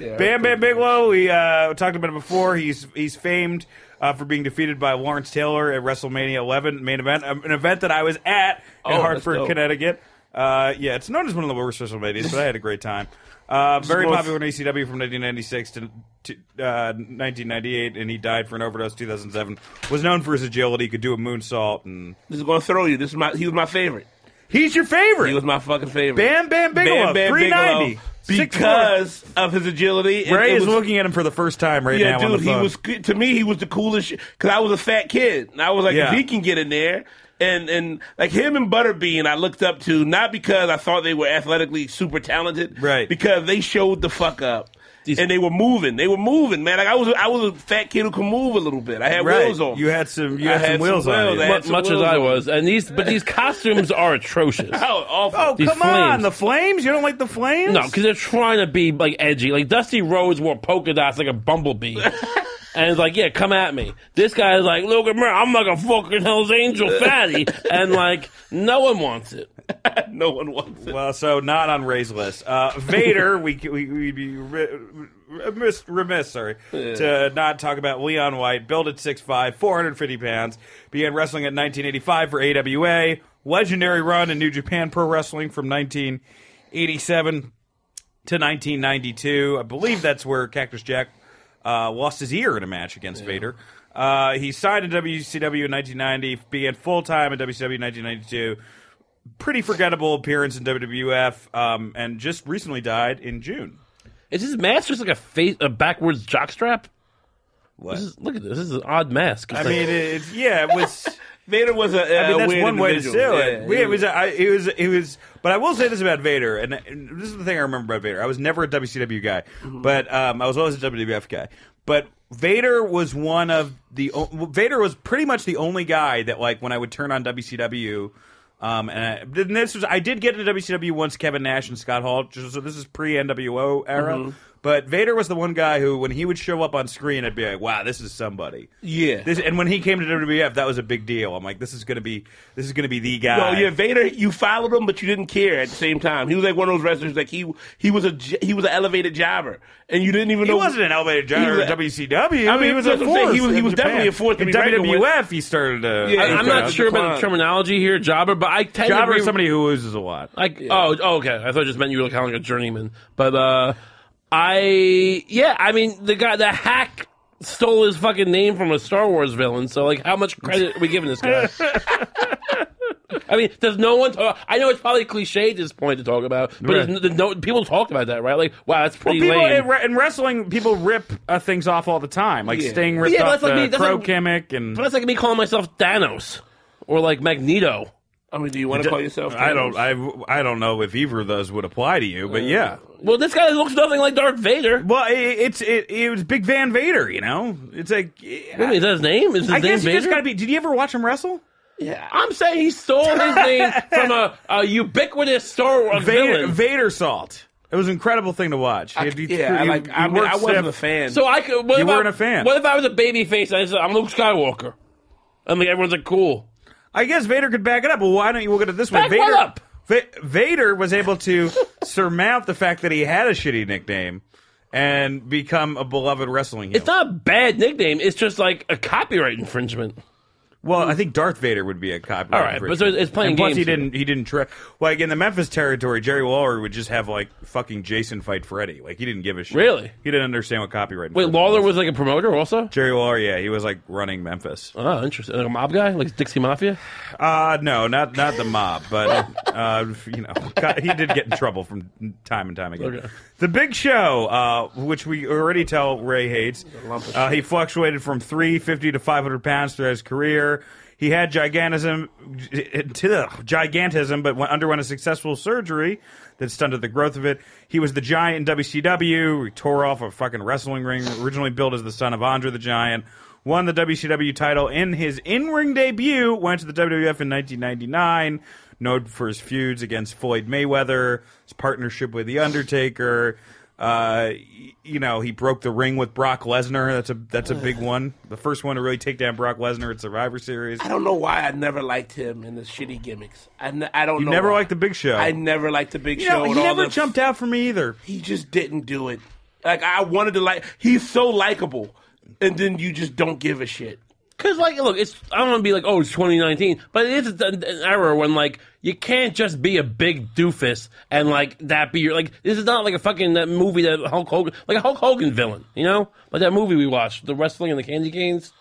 Speaker 7: it?
Speaker 6: Bam Bam Bigelow. We uh, talked about it before. He's he's famed uh, for being defeated by Lawrence Taylor at WrestleMania 11 main event, um, an event that I was at
Speaker 8: Oh,
Speaker 6: in
Speaker 7: that's
Speaker 6: Hartford,
Speaker 7: dope.
Speaker 6: Connecticut. Uh, yeah, it's known as one of the worst WrestleManias, but I had a great time. Uh, very
Speaker 8: worth-
Speaker 6: popular in ECW from 1996 to, to uh, 1998, and he died for an overdose. 2007 was known for his agility, could do a moonsault, and
Speaker 8: This is gonna throw you. This is my. He was my favorite.
Speaker 6: he's your favorite.
Speaker 8: He was my fucking favorite.
Speaker 6: Bam Bam Bigelow,
Speaker 8: Bam Bam
Speaker 6: 390.
Speaker 8: Bigelow.
Speaker 6: Six
Speaker 8: Because of his agility. and
Speaker 6: Ray
Speaker 8: it
Speaker 6: is
Speaker 8: was-
Speaker 6: looking at him for the first time right
Speaker 8: Yeah,
Speaker 6: now. on the
Speaker 8: dude, he
Speaker 6: phone.
Speaker 8: was good- to me. He was the coolest because I was a fat kid, and I was like,
Speaker 6: Yeah.
Speaker 8: if he can get in there, and and like him and Butterbean, I looked up to not because I thought they were athletically super talented,
Speaker 6: Right.
Speaker 8: Because they showed the fuck up.
Speaker 7: These-
Speaker 8: And they were moving. They were moving, man. Like I was, I was a fat kid who could move a little bit. I had
Speaker 6: Right.
Speaker 8: wheels on.
Speaker 6: You had some. You
Speaker 8: I
Speaker 6: had,
Speaker 8: had
Speaker 6: some
Speaker 8: some
Speaker 6: wheels on.
Speaker 8: wheels.
Speaker 6: You.
Speaker 8: I had-
Speaker 7: Much,
Speaker 8: some
Speaker 7: much as
Speaker 8: wheels
Speaker 7: I
Speaker 8: on.
Speaker 7: was, and these but these costumes are atrocious.
Speaker 8: oh, awful.
Speaker 6: Oh,
Speaker 7: These
Speaker 6: come on,
Speaker 7: flames.
Speaker 6: the flames? You don't like the flames?
Speaker 7: No, because they're trying to be like edgy. Like Dusty Rhodes wore polka dots like
Speaker 6: [laughs]
Speaker 7: a bumblebee, and it's like, yeah, come at me. This guy's like, look at me, I'm like a fucking Hell's Angel fatty, and like no one wants it.
Speaker 8: [laughs] no one wants it.
Speaker 6: Well, so not on Ray's list. Uh, Vader, we we we'd be re- remiss, remiss, sorry, to not talk about Leon White, built at 6'5", 450 pounds, began wrestling at 1985 for AWA, legendary run in New Japan Pro Wrestling from 1987 to 1992. I believe that's where Cactus Jack uh, lost his ear in a match against Vader. Uh, he signed in WCW in 1990, began full time at WCW in 1992. Pretty forgettable appearance in WWF, um, and just recently died in June.
Speaker 7: Is his mask just like a face, a backwards jockstrap?
Speaker 6: What?
Speaker 7: This is, look at this. This is an odd mask. It's
Speaker 6: I
Speaker 7: like-
Speaker 6: mean, it's yeah, it was. uh,
Speaker 8: Vader was a, a
Speaker 6: I mean, that's
Speaker 8: weird
Speaker 6: one way to do
Speaker 8: individual.
Speaker 6: it.
Speaker 8: Yeah,
Speaker 6: We-
Speaker 8: he
Speaker 6: it was, I, it was, it was. But I will say this about Vader, and, and this is the thing I remember about Vader. I was never a WCW guy,
Speaker 8: Mm-hmm.
Speaker 6: but um, I was always a WWF guy. But Vader was one of the. o- Vader was pretty much the only guy that, like, when I would turn on WCW. Um, and, I, and this was I did get into WCW once Kevin Nash and Scott Hall. Just, so this is pre NWO era.
Speaker 8: Mm-hmm.
Speaker 6: But Vader was the one guy who, when he would show up on screen, I'd be like, "Wow, this is somebody."
Speaker 8: Yeah.
Speaker 6: This and when he came to WWF, that was a big deal. I'm like, this is gonna be this is gonna be the guy.
Speaker 8: Well, oh, yeah, Vader. You followed him, but you didn't care at the same time. He was like one of those wrestlers. Like he he was a j- he was an elevated jobber, and you didn't even
Speaker 6: he
Speaker 8: know
Speaker 6: wasn't an elevated
Speaker 8: He
Speaker 6: jobber
Speaker 8: was
Speaker 6: in
Speaker 8: a-
Speaker 6: WCW.
Speaker 8: I mean,
Speaker 6: he was a
Speaker 8: that's what I'm saying.
Speaker 6: force.
Speaker 8: He was- he
Speaker 6: in
Speaker 8: was
Speaker 6: Japan.
Speaker 8: definitely a force to
Speaker 6: in
Speaker 8: be reckoned with.
Speaker 6: WWF. He started. Uh,
Speaker 8: Yeah,
Speaker 7: I, am not
Speaker 8: It's
Speaker 7: sure about
Speaker 8: decline.
Speaker 7: the terminology here, jobber, but I tend
Speaker 6: Jobber
Speaker 7: to
Speaker 6: is
Speaker 7: be,
Speaker 6: somebody who loses a lot.
Speaker 7: Like, oh, oh, okay. I thought it just meant you were kind of like a journeyman. But, uh, I, yeah, I mean, the guy, the hack stole his fucking name from a Star Wars villain. So, like, how much credit are we giving
Speaker 6: [laughs]
Speaker 7: this guy? I mean, does no one talk? I know it's probably cliche at this point to talk about, but
Speaker 6: Right.
Speaker 7: there's n- no, people talk about that, right? Like, wow, that's pretty
Speaker 6: People
Speaker 7: lame.
Speaker 6: in, re- in wrestling, people rip uh, things off all the time. Like
Speaker 8: Yeah.
Speaker 6: Sting ripped
Speaker 7: Yeah, but
Speaker 6: off
Speaker 7: that's like
Speaker 6: the
Speaker 7: me- that's
Speaker 6: Crow
Speaker 7: like-
Speaker 6: gimmick, and
Speaker 7: but that's like me calling myself Thanos or like Magneto.
Speaker 8: I mean, do you want to call yourself?
Speaker 6: I don't. I I don't know if either of those would apply to you,
Speaker 7: Uh,
Speaker 6: but yeah.
Speaker 7: Well, this guy looks nothing like Darth Vader.
Speaker 6: Well, it, it's it, it was Big Van Vader. You know, it's like.
Speaker 7: Wait, is that his name? Is his
Speaker 6: I
Speaker 7: name
Speaker 6: guess you
Speaker 7: Vader?
Speaker 6: just gotta be. Did you ever watch him wrestle?
Speaker 7: I'm saying he stole his [laughs] name from a, a ubiquitous Star Wars
Speaker 6: Vader,
Speaker 7: villain.
Speaker 6: Vader salt. It was an incredible thing to watch.
Speaker 8: I,
Speaker 6: He- he-
Speaker 8: yeah, I
Speaker 6: he-
Speaker 8: like.
Speaker 6: he
Speaker 8: I, mean,
Speaker 6: worked
Speaker 8: I wasn't a
Speaker 6: stiff.
Speaker 8: fan.
Speaker 7: so I could. What
Speaker 6: You
Speaker 7: if I-
Speaker 6: weren't a fan.
Speaker 7: What if I was a baby face and I said, "I'm Luke Skywalker," and like everyone's like, "Cool."
Speaker 6: I guess Vader could back it up. Well, why don't you look at it this way?
Speaker 7: Back
Speaker 6: Vader,
Speaker 7: what up?
Speaker 6: Va- Vader was able to [laughs] surmount the fact that he had a shitty nickname and become a beloved wrestling heel.
Speaker 7: It's not a bad nickname. It's just like a copyright infringement.
Speaker 6: well, I think Darth Vader would be a copyright.
Speaker 7: All right, but
Speaker 6: infringement.
Speaker 7: so it's- it's playing
Speaker 6: And plus,
Speaker 7: games
Speaker 6: he
Speaker 7: here.
Speaker 6: didn't. He didn't try. Like in the Memphis territory, Jerry Lawler would just have like fucking Jason fight Freddy. Like he didn't give a shit.
Speaker 7: Really?
Speaker 6: He didn't understand what copyright.
Speaker 7: Wait,
Speaker 6: infringement
Speaker 7: Lawler was like a promoter also.
Speaker 6: Jerry Lawler, yeah, he was like running Memphis.
Speaker 7: Oh, interesting. Like a mob guy, like Dixie Mafia.
Speaker 6: Uh, no, not not the mob, but uh, you know, God, he did get in trouble from time and time again.
Speaker 7: Okay.
Speaker 6: The Big Show, uh, which we already tell Ray hates, uh, he fluctuated from three fifty to five hundred pounds throughout his career. year. He had gigantism, gigantism, but went, underwent a successful surgery that stunted the growth of it. He was the Giant in WCW. He tore off a fucking wrestling ring, originally billed as the son of Andre the Giant. Won the WCW title in his in-ring debut. Went to the WWF in 1999 known for his feuds against Floyd Mayweather, his partnership with The Undertaker. Uh, y- you know, he broke the ring with Brock Lesnar. That's a that's a big one. The first one to really take down Brock Lesnar at Survivor Series.
Speaker 8: I don't know why I never liked him and the shitty gimmicks. I n- I don't
Speaker 6: You
Speaker 8: know.
Speaker 6: never
Speaker 8: why.
Speaker 6: liked the Big Show.
Speaker 8: I never liked the Big
Speaker 6: you
Speaker 8: Show.
Speaker 6: know, he
Speaker 8: and all
Speaker 6: never
Speaker 8: the-
Speaker 6: jumped out for me either.
Speaker 8: He just didn't do it. Like I wanted to like. He's so likable, and then you just don't give a shit.
Speaker 7: Because, like, look, it's I don't want to be like, oh, it's 2019, but it is an, an era when, like, you can't just be a big doofus and, like, that be your, like, this is not like a fucking that movie that Hulk Hogan, like a Hulk Hogan villain, you know? Like that movie we watched, The Wrestling and the Candy Canes.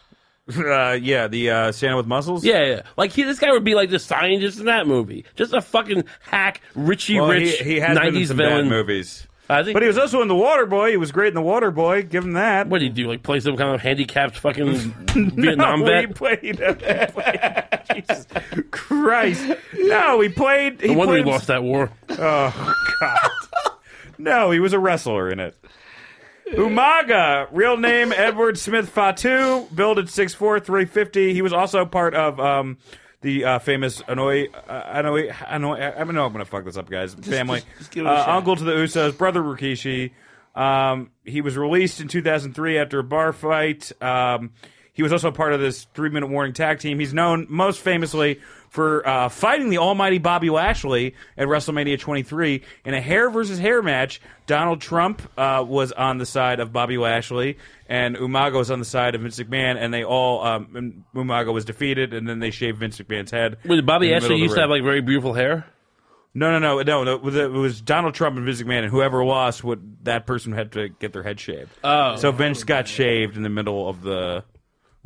Speaker 6: [laughs] Uh, yeah, the uh, Santa with Muscles.
Speaker 7: Yeah, yeah. Like, he, this guy would be like the scientist in that movie. Just a fucking hack, Richie
Speaker 6: Well,
Speaker 7: Rich
Speaker 6: he, he has
Speaker 7: 90s
Speaker 6: been in some
Speaker 7: villain. Uh,
Speaker 6: bad movies.
Speaker 7: I think,
Speaker 6: But he was also in The Water Boy. He was great in The Water Boy. Give him that.
Speaker 7: what did he do? Like, play some kind of handicapped
Speaker 6: [laughs]
Speaker 7: fucking Vietnam
Speaker 6: no,
Speaker 7: vet?
Speaker 6: He played, he played- [laughs] Jesus Christ. No, he played. He
Speaker 7: No wonder he
Speaker 6: played
Speaker 7: lost that war.
Speaker 6: No, he was a wrestler in it. Umaga, real name Edward Smith Fatu, build at 6'4", 350. He was also part of um, the uh, famous Anoi, uh, Anoi, Anoi, I don't know I'm going to fuck this up, guys. Family.
Speaker 8: just- just give it a
Speaker 6: uh,
Speaker 8: shot.
Speaker 6: uncle to the Usos, brother Rikishi. Um, he was released in 2003 after a bar fight. Um, he was also part of this three-minute warning tag team. He's known most famously for uh, fighting the almighty Bobby Lashley at WrestleMania 23 in a hair versus hair match. Donald Trump uh, was on the side of Bobby Lashley, and Umaga was on the side of Vince McMahon, and they all um, and Umaga was defeated, and then they shaved Vince McMahon's head.
Speaker 7: Wait, Bobby
Speaker 6: in the middle
Speaker 7: Ashley
Speaker 6: of the
Speaker 7: used
Speaker 6: ring.
Speaker 7: to have, like, very beautiful hair?
Speaker 6: No, no, no, no, no. It was Donald Trump and Vince McMahon, and whoever lost would that person had to get their head shaved.
Speaker 7: Oh.
Speaker 6: so Vince got shaved in the middle of the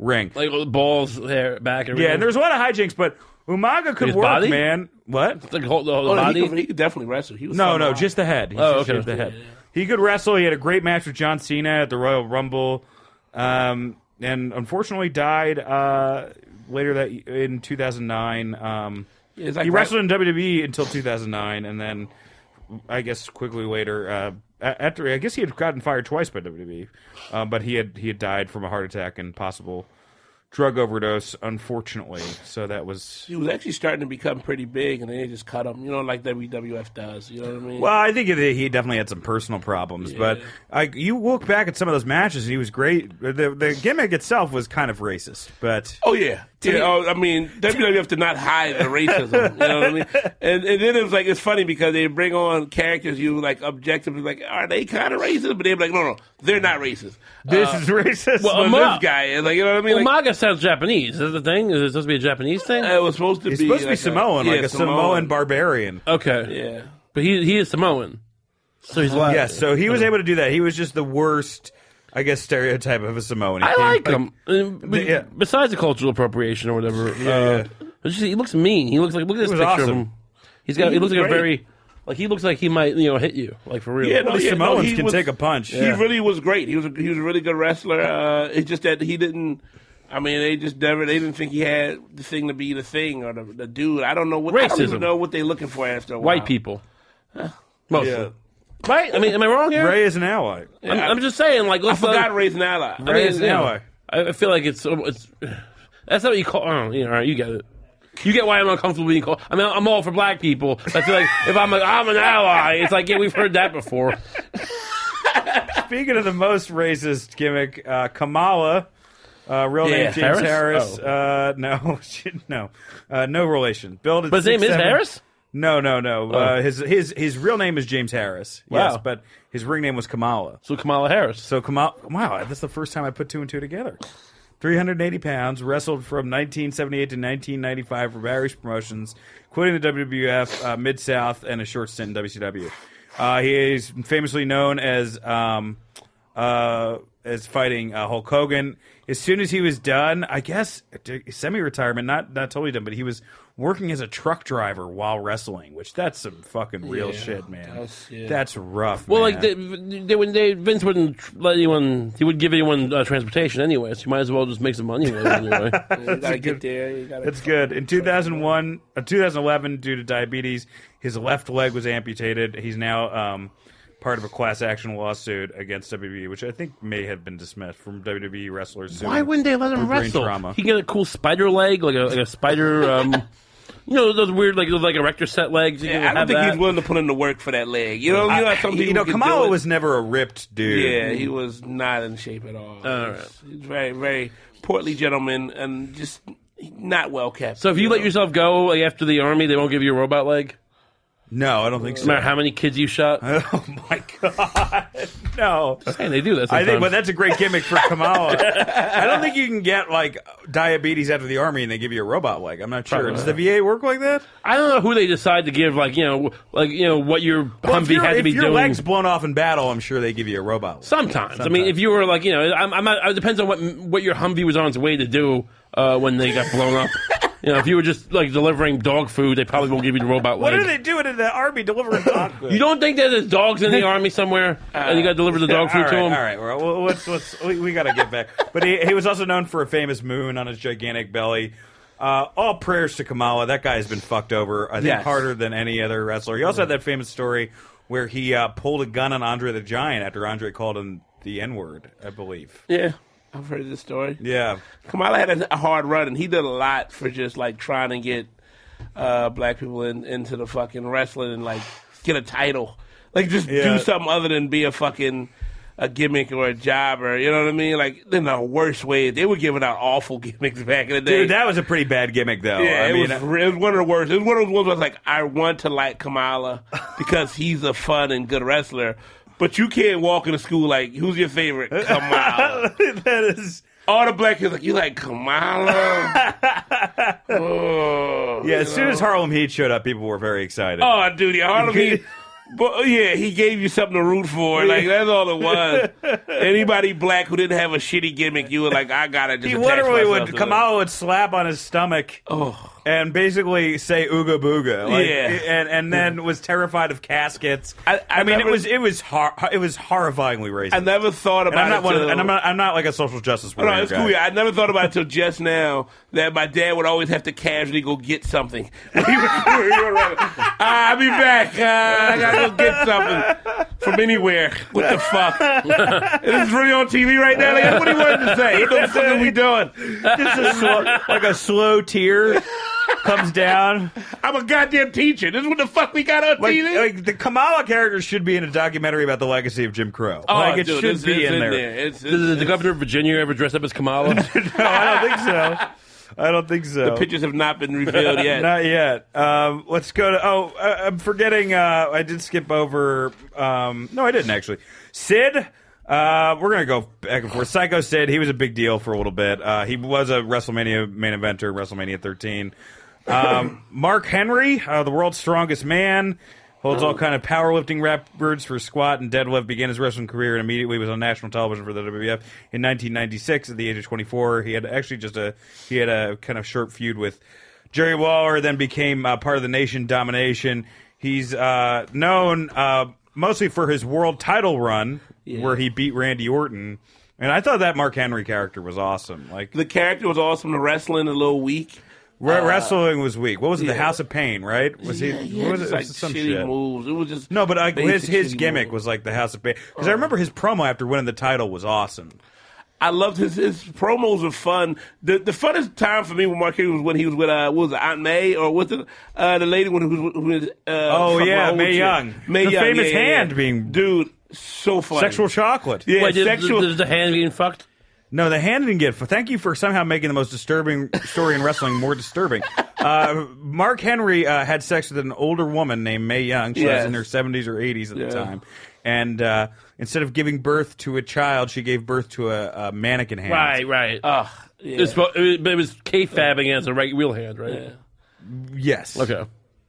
Speaker 6: ring.
Speaker 7: Like, balls, hair, back, everything.
Speaker 6: yeah, and there was a lot of hijinks, but Umaga could
Speaker 7: His
Speaker 6: work,
Speaker 7: body?
Speaker 6: man. What?
Speaker 7: Like, hold the whole
Speaker 8: Oh, no,
Speaker 7: body.
Speaker 8: He, could, he could definitely wrestle. He was
Speaker 6: No,
Speaker 8: fun
Speaker 6: no,
Speaker 8: to watch.
Speaker 6: just the head. He
Speaker 7: Oh,
Speaker 6: just
Speaker 7: okay.
Speaker 6: shaved the head. He could wrestle. He had a great match with John Cena at the Royal Rumble, um, and unfortunately died uh, later that in 2009. Um,
Speaker 8: It's like
Speaker 6: he
Speaker 8: right-
Speaker 6: wrestled in WWE until 2009, and then I guess quickly later, uh, a- after I guess he had gotten fired twice by WWE, uh, but he had he had died from a heart attack and possible drug overdose, unfortunately. So that was.
Speaker 8: He was actually starting to become pretty big, and then they just cut him. You know, like WWF does. You know what I mean?
Speaker 6: Well, I think that he definitely had some personal problems, but I, you look back at some of those matches, and he was great. The,
Speaker 8: [laughs]
Speaker 6: the gimmick itself was kind of racist, but
Speaker 8: Oh yeah, yeah. oh, I mean, WWF did not hide the racism. you know what I [laughs] mean? And, and then it was like it's funny because they bring on characters you like objectively like are they kind of racist? But they're like, no, no, they're not racist.
Speaker 6: this is racist.
Speaker 7: well,
Speaker 8: But
Speaker 7: Uma-
Speaker 8: this guy is like, you know what I
Speaker 7: Well,
Speaker 8: mean? Like, Uh,
Speaker 7: MAGA sounds Japanese. Is that the thing? Is it supposed to be a Japanese thing?
Speaker 8: it was supposed to
Speaker 6: He's
Speaker 8: be
Speaker 6: supposed to be
Speaker 8: like
Speaker 6: Samoan,
Speaker 8: a,
Speaker 6: like
Speaker 8: yeah,
Speaker 6: a Samoan, barbarian.
Speaker 7: okay,
Speaker 8: Yeah.
Speaker 7: but he he is Samoan, so
Speaker 8: Uh,
Speaker 7: he's like
Speaker 6: Yes, so he was
Speaker 8: Uh-huh.
Speaker 6: able to do that. He was just the worst, I guess, stereotype of a Samoan. He
Speaker 7: I
Speaker 6: came-
Speaker 7: like him. Uh, be-
Speaker 6: yeah.
Speaker 7: Besides the cultural appropriation or whatever, uh, it's just- he looks mean. He looks like look at this
Speaker 6: was
Speaker 7: picture
Speaker 6: awesome.
Speaker 7: of him. He's got. He,
Speaker 8: He
Speaker 7: looks
Speaker 8: was
Speaker 7: like a
Speaker 8: great.
Speaker 7: very like he looks like he might you know hit you like for real.
Speaker 8: Yeah, no,
Speaker 6: Well, the
Speaker 8: Oh, yeah, no,
Speaker 6: Samoans
Speaker 8: he
Speaker 6: can
Speaker 8: was-
Speaker 6: take a punch.
Speaker 8: He really was great. He was a, he was a really good wrestler. Uh, it's just that he didn't. I mean, they just never. They didn't think he had the thing to be the thing or the, the dude. I don't know what. I don't
Speaker 7: Racism.
Speaker 8: even know what they're looking for after a while.
Speaker 7: white people. Mostly. Right? I mean, am I wrong here?
Speaker 6: Ray is an ally.
Speaker 7: I'm, I'm just saying, like,
Speaker 8: I
Speaker 7: let's uh, not-
Speaker 8: forgot Ray's an ally.
Speaker 7: I
Speaker 6: Ray is an
Speaker 7: yeah.
Speaker 6: ally.
Speaker 7: I I feel like it's it's that's not what you call. Oh, you know, all right, you get it. You get why I'm uncomfortable being called. I mean, I'm all for black people. I feel like if I'm like I'm an ally, it's like yeah, we've heard that before.
Speaker 6: Speaking of the most racist gimmick, uh, Kamala, uh, real
Speaker 7: Yeah,
Speaker 6: name James Harris.
Speaker 7: Harris? Oh.
Speaker 6: Uh, no, [laughs] she- no, uh, no relation. Build
Speaker 7: But his name is Harris. Oh.
Speaker 6: No, no, no. Uh, his his his real name is James Harris. Yes,
Speaker 7: Wow.
Speaker 6: but his ring name was Kamala.
Speaker 7: So Kamala Harris.
Speaker 6: So Kamala, wow, that's the first time I put two and two together. 380 pounds, wrestled from 1978 to 1995 for various promotions, quitting the WWF, uh, Mid South, and a short stint in WCW. Uh, he is famously known as um, uh, is fighting uh, Hulk Hogan. As soon as he was done, I guess t- semi-retirement, not not totally done, but he was working as a truck driver while wrestling, which that's some fucking real
Speaker 8: Yeah,
Speaker 6: shit, man. That's,
Speaker 8: that's- yeah.
Speaker 6: rough.
Speaker 7: Well,
Speaker 6: man.
Speaker 7: like they, they, when they Vince wouldn't tr- let anyone, he would give anyone uh, transportation anyway, so you might as well just make some money with it anyway.
Speaker 8: [laughs] You gotta get there. You gotta
Speaker 6: That's good. In 2001, uh, 2011, due to diabetes, his left leg was amputated. He's now um, part of a class action lawsuit against WWE, which I think may have been dismissed from WWE wrestlers. suing
Speaker 7: Why wouldn't they let
Speaker 6: for
Speaker 7: him
Speaker 6: brain
Speaker 7: wrestle?
Speaker 6: trauma.
Speaker 7: He can get a cool spider leg, like a, like a spider. Um, [laughs] you know those weird like like erector set legs. You can
Speaker 8: Yeah, I don't
Speaker 7: have
Speaker 8: think
Speaker 7: that.
Speaker 8: he's willing to put in the work for that leg. You know, you know, how some people
Speaker 6: you know,
Speaker 8: can
Speaker 6: Kamala
Speaker 8: do it.
Speaker 6: was never a ripped dude.
Speaker 8: Yeah, he was not in shape at all.
Speaker 7: Mm-hmm. All
Speaker 8: He's- he's very, very portly gentleman and just not well kept.
Speaker 7: So if you let
Speaker 8: know?
Speaker 7: yourself go like, after the army, they won't give you a robot leg.
Speaker 6: No, I don't think
Speaker 7: No
Speaker 6: so.
Speaker 7: matter how many kids you shot, and
Speaker 6: [laughs] Oh my god, [laughs] no.
Speaker 7: they do that.
Speaker 6: I
Speaker 7: Sometimes.
Speaker 6: think, but that's a great gimmick for
Speaker 7: [laughs]
Speaker 6: Kamala. I don't think you can get like diabetes after the army and they give you a robot leg. I'm not sure.
Speaker 7: Probably
Speaker 6: Does the
Speaker 7: not.
Speaker 6: VA work like that?
Speaker 7: I don't know who they decide to give like you know like you know what your
Speaker 6: Well, if
Speaker 7: Humvee
Speaker 6: your-
Speaker 7: had to
Speaker 6: if
Speaker 7: be
Speaker 6: your
Speaker 7: doing.
Speaker 6: leg's blown off in battle, I'm sure they give you a robot. leg.
Speaker 7: Sometimes. I
Speaker 6: Sometimes.
Speaker 7: mean, if you were like, you know, I'm, I'm not, it depends on what what your Humvee was on its way to do uh, when they got
Speaker 6: [laughs]
Speaker 7: blown up. You know, if you were just like delivering dog food, they probably won't give you the robot
Speaker 6: What
Speaker 7: leg.
Speaker 6: are they doing in the army [laughs] delivering dog food?
Speaker 7: You don't think that there's dogs
Speaker 6: [laughs]
Speaker 7: in the army somewhere and
Speaker 8: Uh,
Speaker 7: you got to deliver the dog food
Speaker 6: all right,
Speaker 7: to them?
Speaker 6: All right, well, well, let's, let's, we, we got to get back. But he, he was also known for a famous moon on his gigantic belly. Uh, all prayers to Kamala. That guy has been fucked over, I think,
Speaker 8: Yes.
Speaker 6: harder than any other wrestler. He also had that famous story where he uh, pulled a gun on Andre the Giant after Andre called him the N word, I believe.
Speaker 8: yeah, I've heard this story.
Speaker 6: Yeah.
Speaker 8: Kamala had a, a hard run, and he did a lot for just like trying to get uh, black people in, into the fucking wrestling and like get a title, like just
Speaker 6: Yeah.
Speaker 8: do something other than be a fucking a gimmick or a job or you know what I mean. Like in the worst way, they were giving out awful [laughs] gimmicks back in the day.
Speaker 6: Dude, that was a pretty bad gimmick, though.
Speaker 8: Yeah,
Speaker 6: I
Speaker 8: it,
Speaker 6: mean,
Speaker 8: was, re- it was one of the worst. It was one of those ones where I was like, I want to like
Speaker 6: [laughs]
Speaker 8: Kamala because he's a fun and good wrestler, but you can't walk into school like, who's your
Speaker 6: [laughs]
Speaker 8: favorite? Kamala.
Speaker 6: [laughs] that is.
Speaker 8: All the black kids like, you
Speaker 6: [laughs]
Speaker 8: like Kamala? oh,
Speaker 6: Yeah, as soon as Harlem Heat showed up, people were very excited.
Speaker 8: oh, dude, the
Speaker 6: [laughs]
Speaker 8: Harlem Heat. But oh, yeah, he gave you something to root for. Like that's all it
Speaker 6: [laughs]
Speaker 8: was. Anybody black who didn't have a shitty gimmick, you were like, I gotta just.
Speaker 6: He
Speaker 8: attach
Speaker 6: literally
Speaker 8: myself
Speaker 6: would
Speaker 8: to
Speaker 6: come
Speaker 8: them.
Speaker 6: out would slap on his stomach
Speaker 8: Oh.
Speaker 6: and basically say "ooga booga," like,
Speaker 8: Yeah.
Speaker 6: and and then was terrified of caskets. I,
Speaker 8: I- I
Speaker 6: mean, it
Speaker 8: never-
Speaker 6: was it was hor- it was horrifyingly racist.
Speaker 8: I never thought
Speaker 6: and
Speaker 8: about
Speaker 6: I'm not
Speaker 8: it.
Speaker 6: one, of the-
Speaker 8: till-
Speaker 6: and I'm not I'm not like a social justice warrior
Speaker 8: No, it's
Speaker 6: guy.
Speaker 8: cool. Yeah, I never thought about it till just now that my dad would always have to casually go get something. [laughs] He would- he would run, "Ah, I'll be back. Uh, I gotta go get something from anywhere. What the fuck? [laughs] this is really on TV right now. Like, that's what he wanted to say. What the fuck are we doing?
Speaker 6: Just a
Speaker 8: [laughs]
Speaker 6: slow, like a slow tear comes down.
Speaker 8: I'm a goddamn teacher. This is what the fuck we got on
Speaker 6: Like,
Speaker 8: TV.
Speaker 6: like the Kamala character should be in a documentary about the legacy of Jim Crow.
Speaker 8: Oh,
Speaker 6: like it
Speaker 8: dude,
Speaker 6: should
Speaker 8: it's-
Speaker 6: be
Speaker 8: it's
Speaker 6: in, there.
Speaker 8: It's, it's,
Speaker 7: Did the governor of Virginia ever dress up as Kamala?
Speaker 6: [laughs] No, I don't think so. I don't think so.
Speaker 8: the pictures have not
Speaker 6: [laughs]
Speaker 8: been revealed yet.
Speaker 6: Not yet. Um, let's go to. Oh, I, I'm forgetting. Uh, I did skip over. Um, no, I didn't actually. Sid. Uh, we're gonna go back and forth. Psycho Sid. He was a big deal for a little bit. Uh, he was a WrestleMania main eventer. WrestleMania 13. Um, Mark Henry, uh, the world's strongest man. Holds all kind of powerlifting records for squat and deadlift. Began his wrestling career and immediately was on national television for the WWF in 1996 at the age of 24. He had actually just a he had a kind of short feud with Jerry Waller. Then became uh, part of the Nation Domination. He's uh, known uh, mostly for his world title run where he beat Randy Orton. And I thought that Mark Henry character was awesome. Like
Speaker 8: The character was awesome. The wrestling a little weak.
Speaker 6: re- wrestling was weak. What was it? The
Speaker 8: yeah.
Speaker 6: House of Pain, right? Was he?
Speaker 8: Yeah,
Speaker 6: what was
Speaker 8: just
Speaker 6: it?
Speaker 8: like
Speaker 6: Some
Speaker 8: shitty
Speaker 6: shit.
Speaker 8: moves. It was just
Speaker 6: No, but like his
Speaker 8: basic
Speaker 6: his
Speaker 8: shitty
Speaker 6: gimmick
Speaker 8: moves. Oh.
Speaker 6: was like the House of Pain because I remember his promo after winning the title was awesome.
Speaker 8: I loved his his promos were fun. The the funnest time for me with Mark Henry was when he was with uh what was it, Aunt May or was it uh the lady when who was who was uh
Speaker 6: Oh,
Speaker 8: fucking
Speaker 6: yeah,
Speaker 8: old
Speaker 6: Mae
Speaker 8: chick.
Speaker 6: Young.
Speaker 8: Mae
Speaker 6: The
Speaker 8: Young,
Speaker 6: famous
Speaker 8: yeah, yeah, yeah.
Speaker 6: hand being-
Speaker 8: dude so funny
Speaker 6: Sexual chocolate.
Speaker 8: yeah
Speaker 7: Wait, did,
Speaker 8: sexual
Speaker 7: did the hand getting fucked?
Speaker 6: No, the hand didn't get. Thank you for somehow making the most disturbing story in wrestling more disturbing. Uh, Mark Henry uh, had sex with an older woman named Mae Young. She was
Speaker 8: Yes.
Speaker 6: in her 70s or 80s at
Speaker 8: Yeah.
Speaker 6: the time. And uh, instead of giving birth to a child, she gave birth to a, a mannequin hand.
Speaker 7: Right, right.
Speaker 8: Ugh, yeah.
Speaker 7: It's, but it was K-fabbing as a right real hand, right?
Speaker 6: Yes.
Speaker 7: Okay.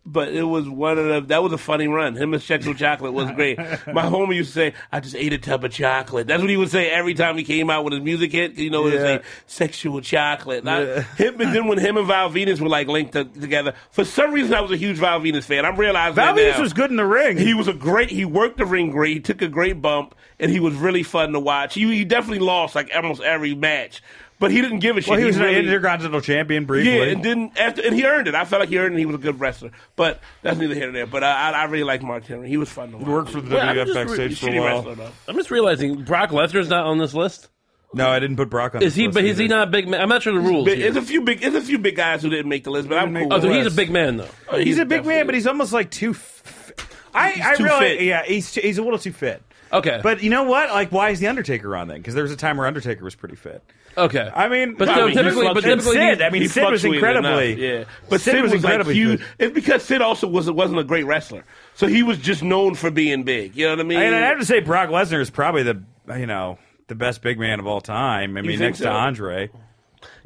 Speaker 8: But it was one of the that was a funny run. Him and Sexual Chocolate was
Speaker 6: [laughs]
Speaker 8: great. My homie used to say, "I just ate a tub of chocolate." That's what he would say every time he came out with his music hit. You know, he would
Speaker 6: Yeah.
Speaker 8: say, "Sexual Chocolate." And I- him and then when him and Val Venus were like linked to, together, for some reason I was a huge Val Venus fan. I'm realizing that
Speaker 6: Valvius
Speaker 8: now.
Speaker 6: was good in the ring.
Speaker 8: He was a great. He worked the ring great. He took a great bump, and he was really fun to watch. He, he definitely lost like almost every match, but he didn't give a shit.
Speaker 6: well, he was
Speaker 8: really-
Speaker 6: an intercontinental champion briefly.
Speaker 8: yeah, and then after, and he earned it. I felt like he earned it. He was a good wrestler, but that's neither here nor there. But I, I, I really like Mark Henry. He was fun to watch.
Speaker 1: Worked for the
Speaker 7: Well, I'm
Speaker 1: WWF
Speaker 7: just re-
Speaker 1: backstage for a
Speaker 8: Shitty
Speaker 1: while.
Speaker 8: wrestler though.
Speaker 7: I'm just realizing Brock Lesnar's not on this list.
Speaker 1: No, I didn't put Brock on.
Speaker 7: Is
Speaker 1: this
Speaker 7: he?
Speaker 1: list
Speaker 7: But is he
Speaker 1: either.
Speaker 7: not a big man? I'm not sure the rules.
Speaker 8: But
Speaker 7: Here.
Speaker 8: There's a few big, there's a few big guys who didn't make the list, but I'm
Speaker 1: make
Speaker 8: cool.
Speaker 1: the
Speaker 7: Oh, so he's a
Speaker 1: less.
Speaker 7: big man though.
Speaker 8: Oh,
Speaker 6: he's a big man, but
Speaker 8: definitely-
Speaker 6: he's almost like too. F- I I
Speaker 8: too
Speaker 6: really
Speaker 8: fit.
Speaker 6: yeah he's he's a little too fit.
Speaker 7: Okay,
Speaker 6: [laughs] But you know what? Like, why is the Undertaker on then? Because there was a time where Undertaker was pretty fit.
Speaker 7: okay.
Speaker 6: I mean,
Speaker 7: but
Speaker 6: I
Speaker 7: still
Speaker 6: mean,
Speaker 7: typically,
Speaker 8: he's
Speaker 7: but
Speaker 8: fucking
Speaker 7: typically,
Speaker 6: Sid. I mean,
Speaker 8: he
Speaker 6: Sid was
Speaker 8: fluctuated enough,
Speaker 6: incredibly.
Speaker 8: yeah. But Sid, was,
Speaker 6: incredibly
Speaker 8: like huge.
Speaker 6: good.
Speaker 8: It's because Sid also was wasn't a great wrestler, so he was just known for being big. You know what I mean?
Speaker 6: And I have to say, Brock Lesnar is probably the you know the best big man of all time. I mean,
Speaker 8: think
Speaker 6: next
Speaker 8: so?
Speaker 6: to Andre,
Speaker 8: You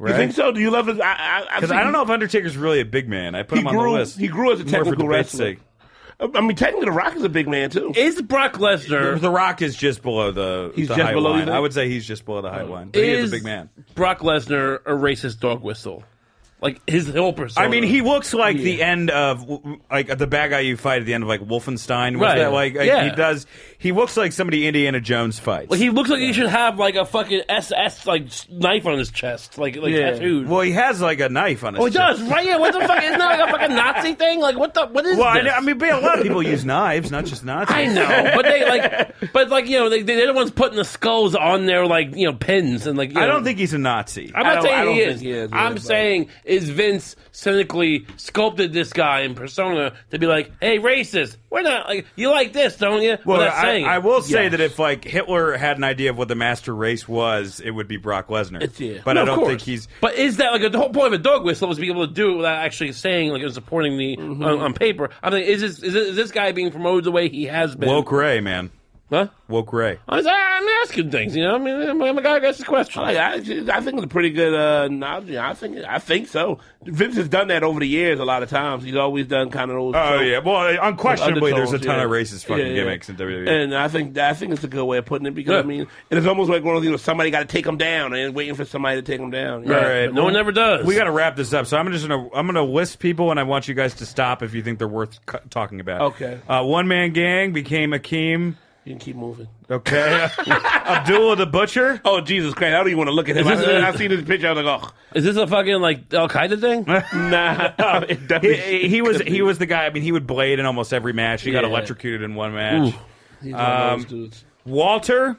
Speaker 8: think
Speaker 6: right?
Speaker 8: so? Do you love his? I, I, I've
Speaker 6: Because
Speaker 8: seen-
Speaker 6: I don't know if Undertaker's really a big man. I put
Speaker 8: He
Speaker 6: him on
Speaker 8: grew.
Speaker 6: the list.
Speaker 8: He grew as a
Speaker 6: More for
Speaker 8: technical
Speaker 6: debate's
Speaker 8: wrestler.
Speaker 6: sake.
Speaker 8: I I mean, technically, The Rock is a big man too.
Speaker 7: is Brock Lesnar
Speaker 6: The Rock is just below the,
Speaker 8: He's
Speaker 6: the
Speaker 8: just
Speaker 6: high
Speaker 8: below
Speaker 6: line.
Speaker 8: you? Oh.
Speaker 6: I would say he's just below the high line. But
Speaker 7: is
Speaker 6: he is a big man.
Speaker 7: Brock Lesnar a racist dog whistle? Like his whole persona.
Speaker 6: I mean, he looks like the end of like the bad guy you fight at the end of like Wolfenstein. Was
Speaker 7: Right.
Speaker 6: that like, like,
Speaker 7: Yeah.
Speaker 6: he does? He looks like somebody Indiana Jones fights.
Speaker 7: Like he looks like he should have like a fucking SS like s- knife on his chest, like like
Speaker 8: Yeah.
Speaker 7: tattooed.
Speaker 6: well, he has like a knife on his.
Speaker 7: oh, he
Speaker 6: chest.
Speaker 7: does right? Yeah. What the fuck? Isn't that like a fucking Nazi thing? Like what the what is
Speaker 6: Well, I,
Speaker 7: this?
Speaker 6: know- I mean, but a lot of people use knives, not just Nazis. [laughs]
Speaker 7: I know, but they like, but like you know, they, they're the ones putting the skulls on their like you know pins and like. You
Speaker 6: I
Speaker 7: know.
Speaker 6: don't think he's a Nazi.
Speaker 7: I'm not
Speaker 8: I don't- I
Speaker 7: saying
Speaker 8: don't
Speaker 7: he
Speaker 8: think
Speaker 7: is.
Speaker 8: he is,
Speaker 7: I'm
Speaker 8: really, but-
Speaker 7: saying is Vince cynically sculpted this guy in persona to be like, "Hey, racist, we're not like you like this, don't you?"
Speaker 6: well,
Speaker 7: Without
Speaker 6: I,
Speaker 7: saying
Speaker 6: I
Speaker 7: it.
Speaker 6: will say
Speaker 8: Yes.
Speaker 6: that if like Hitler had an idea of what the master race was, it would be Brock Lesnar.
Speaker 8: It's- yeah.
Speaker 6: But
Speaker 7: No,
Speaker 6: I
Speaker 7: of
Speaker 6: don't
Speaker 7: course.
Speaker 6: think he's.
Speaker 7: But is that like the whole point of a dog whistle is to be able to do it without actually saying like and supporting the
Speaker 6: Mm-hmm.
Speaker 7: on, on paper? I mean, is this is this, is this guy being promoted the way he has been?
Speaker 6: Woke Ray, man.
Speaker 7: Huh?
Speaker 6: Woke Ray.
Speaker 7: I'm, just- I'm asking things, you know. I mean, I'm, I'm a guy who asks questions.
Speaker 8: Like, I, I think it's a pretty good uh, knowledge. I think I think so. Vince has done that over the years a lot of times. He's always done kind of those.
Speaker 6: Oh yeah. Well, unquestionably,
Speaker 8: undertones,
Speaker 6: there's a ton
Speaker 8: yeah.
Speaker 6: of racist fucking
Speaker 8: Yeah, yeah.
Speaker 6: gimmicks in E. WWE.
Speaker 8: And I think I think it's a good way of putting it because
Speaker 7: Yeah.
Speaker 8: I mean, and it's almost like one of those you know, somebody got to take them down and waiting for somebody to take them down.
Speaker 6: All
Speaker 7: Right.
Speaker 6: right.
Speaker 7: But no one ever does.
Speaker 6: We got to wrap this up. So I'm just gonna I'm gonna list people, and I want you guys to stop if you think they're worth cu- talking about.
Speaker 8: Okay.
Speaker 6: Uh, One man gang became Akeem.
Speaker 8: You can keep moving. [laughs]
Speaker 6: Okay. [laughs] Abdullah the butcher.
Speaker 8: Oh Jesus Christ! I don't even want to look at him. I,
Speaker 7: Is this a-
Speaker 8: I seen this picture. I was like,
Speaker 7: Is this a fucking like Al Qaeda thing?
Speaker 6: [laughs]
Speaker 8: [laughs] oh, nah. it
Speaker 6: He,
Speaker 8: definitely-
Speaker 6: he- he was he was the guy. I mean, he would blade in almost every match. He got
Speaker 8: Yeah.
Speaker 6: electrocuted in one match.
Speaker 8: He's one of those
Speaker 6: um,
Speaker 8: dudes.
Speaker 6: Walter.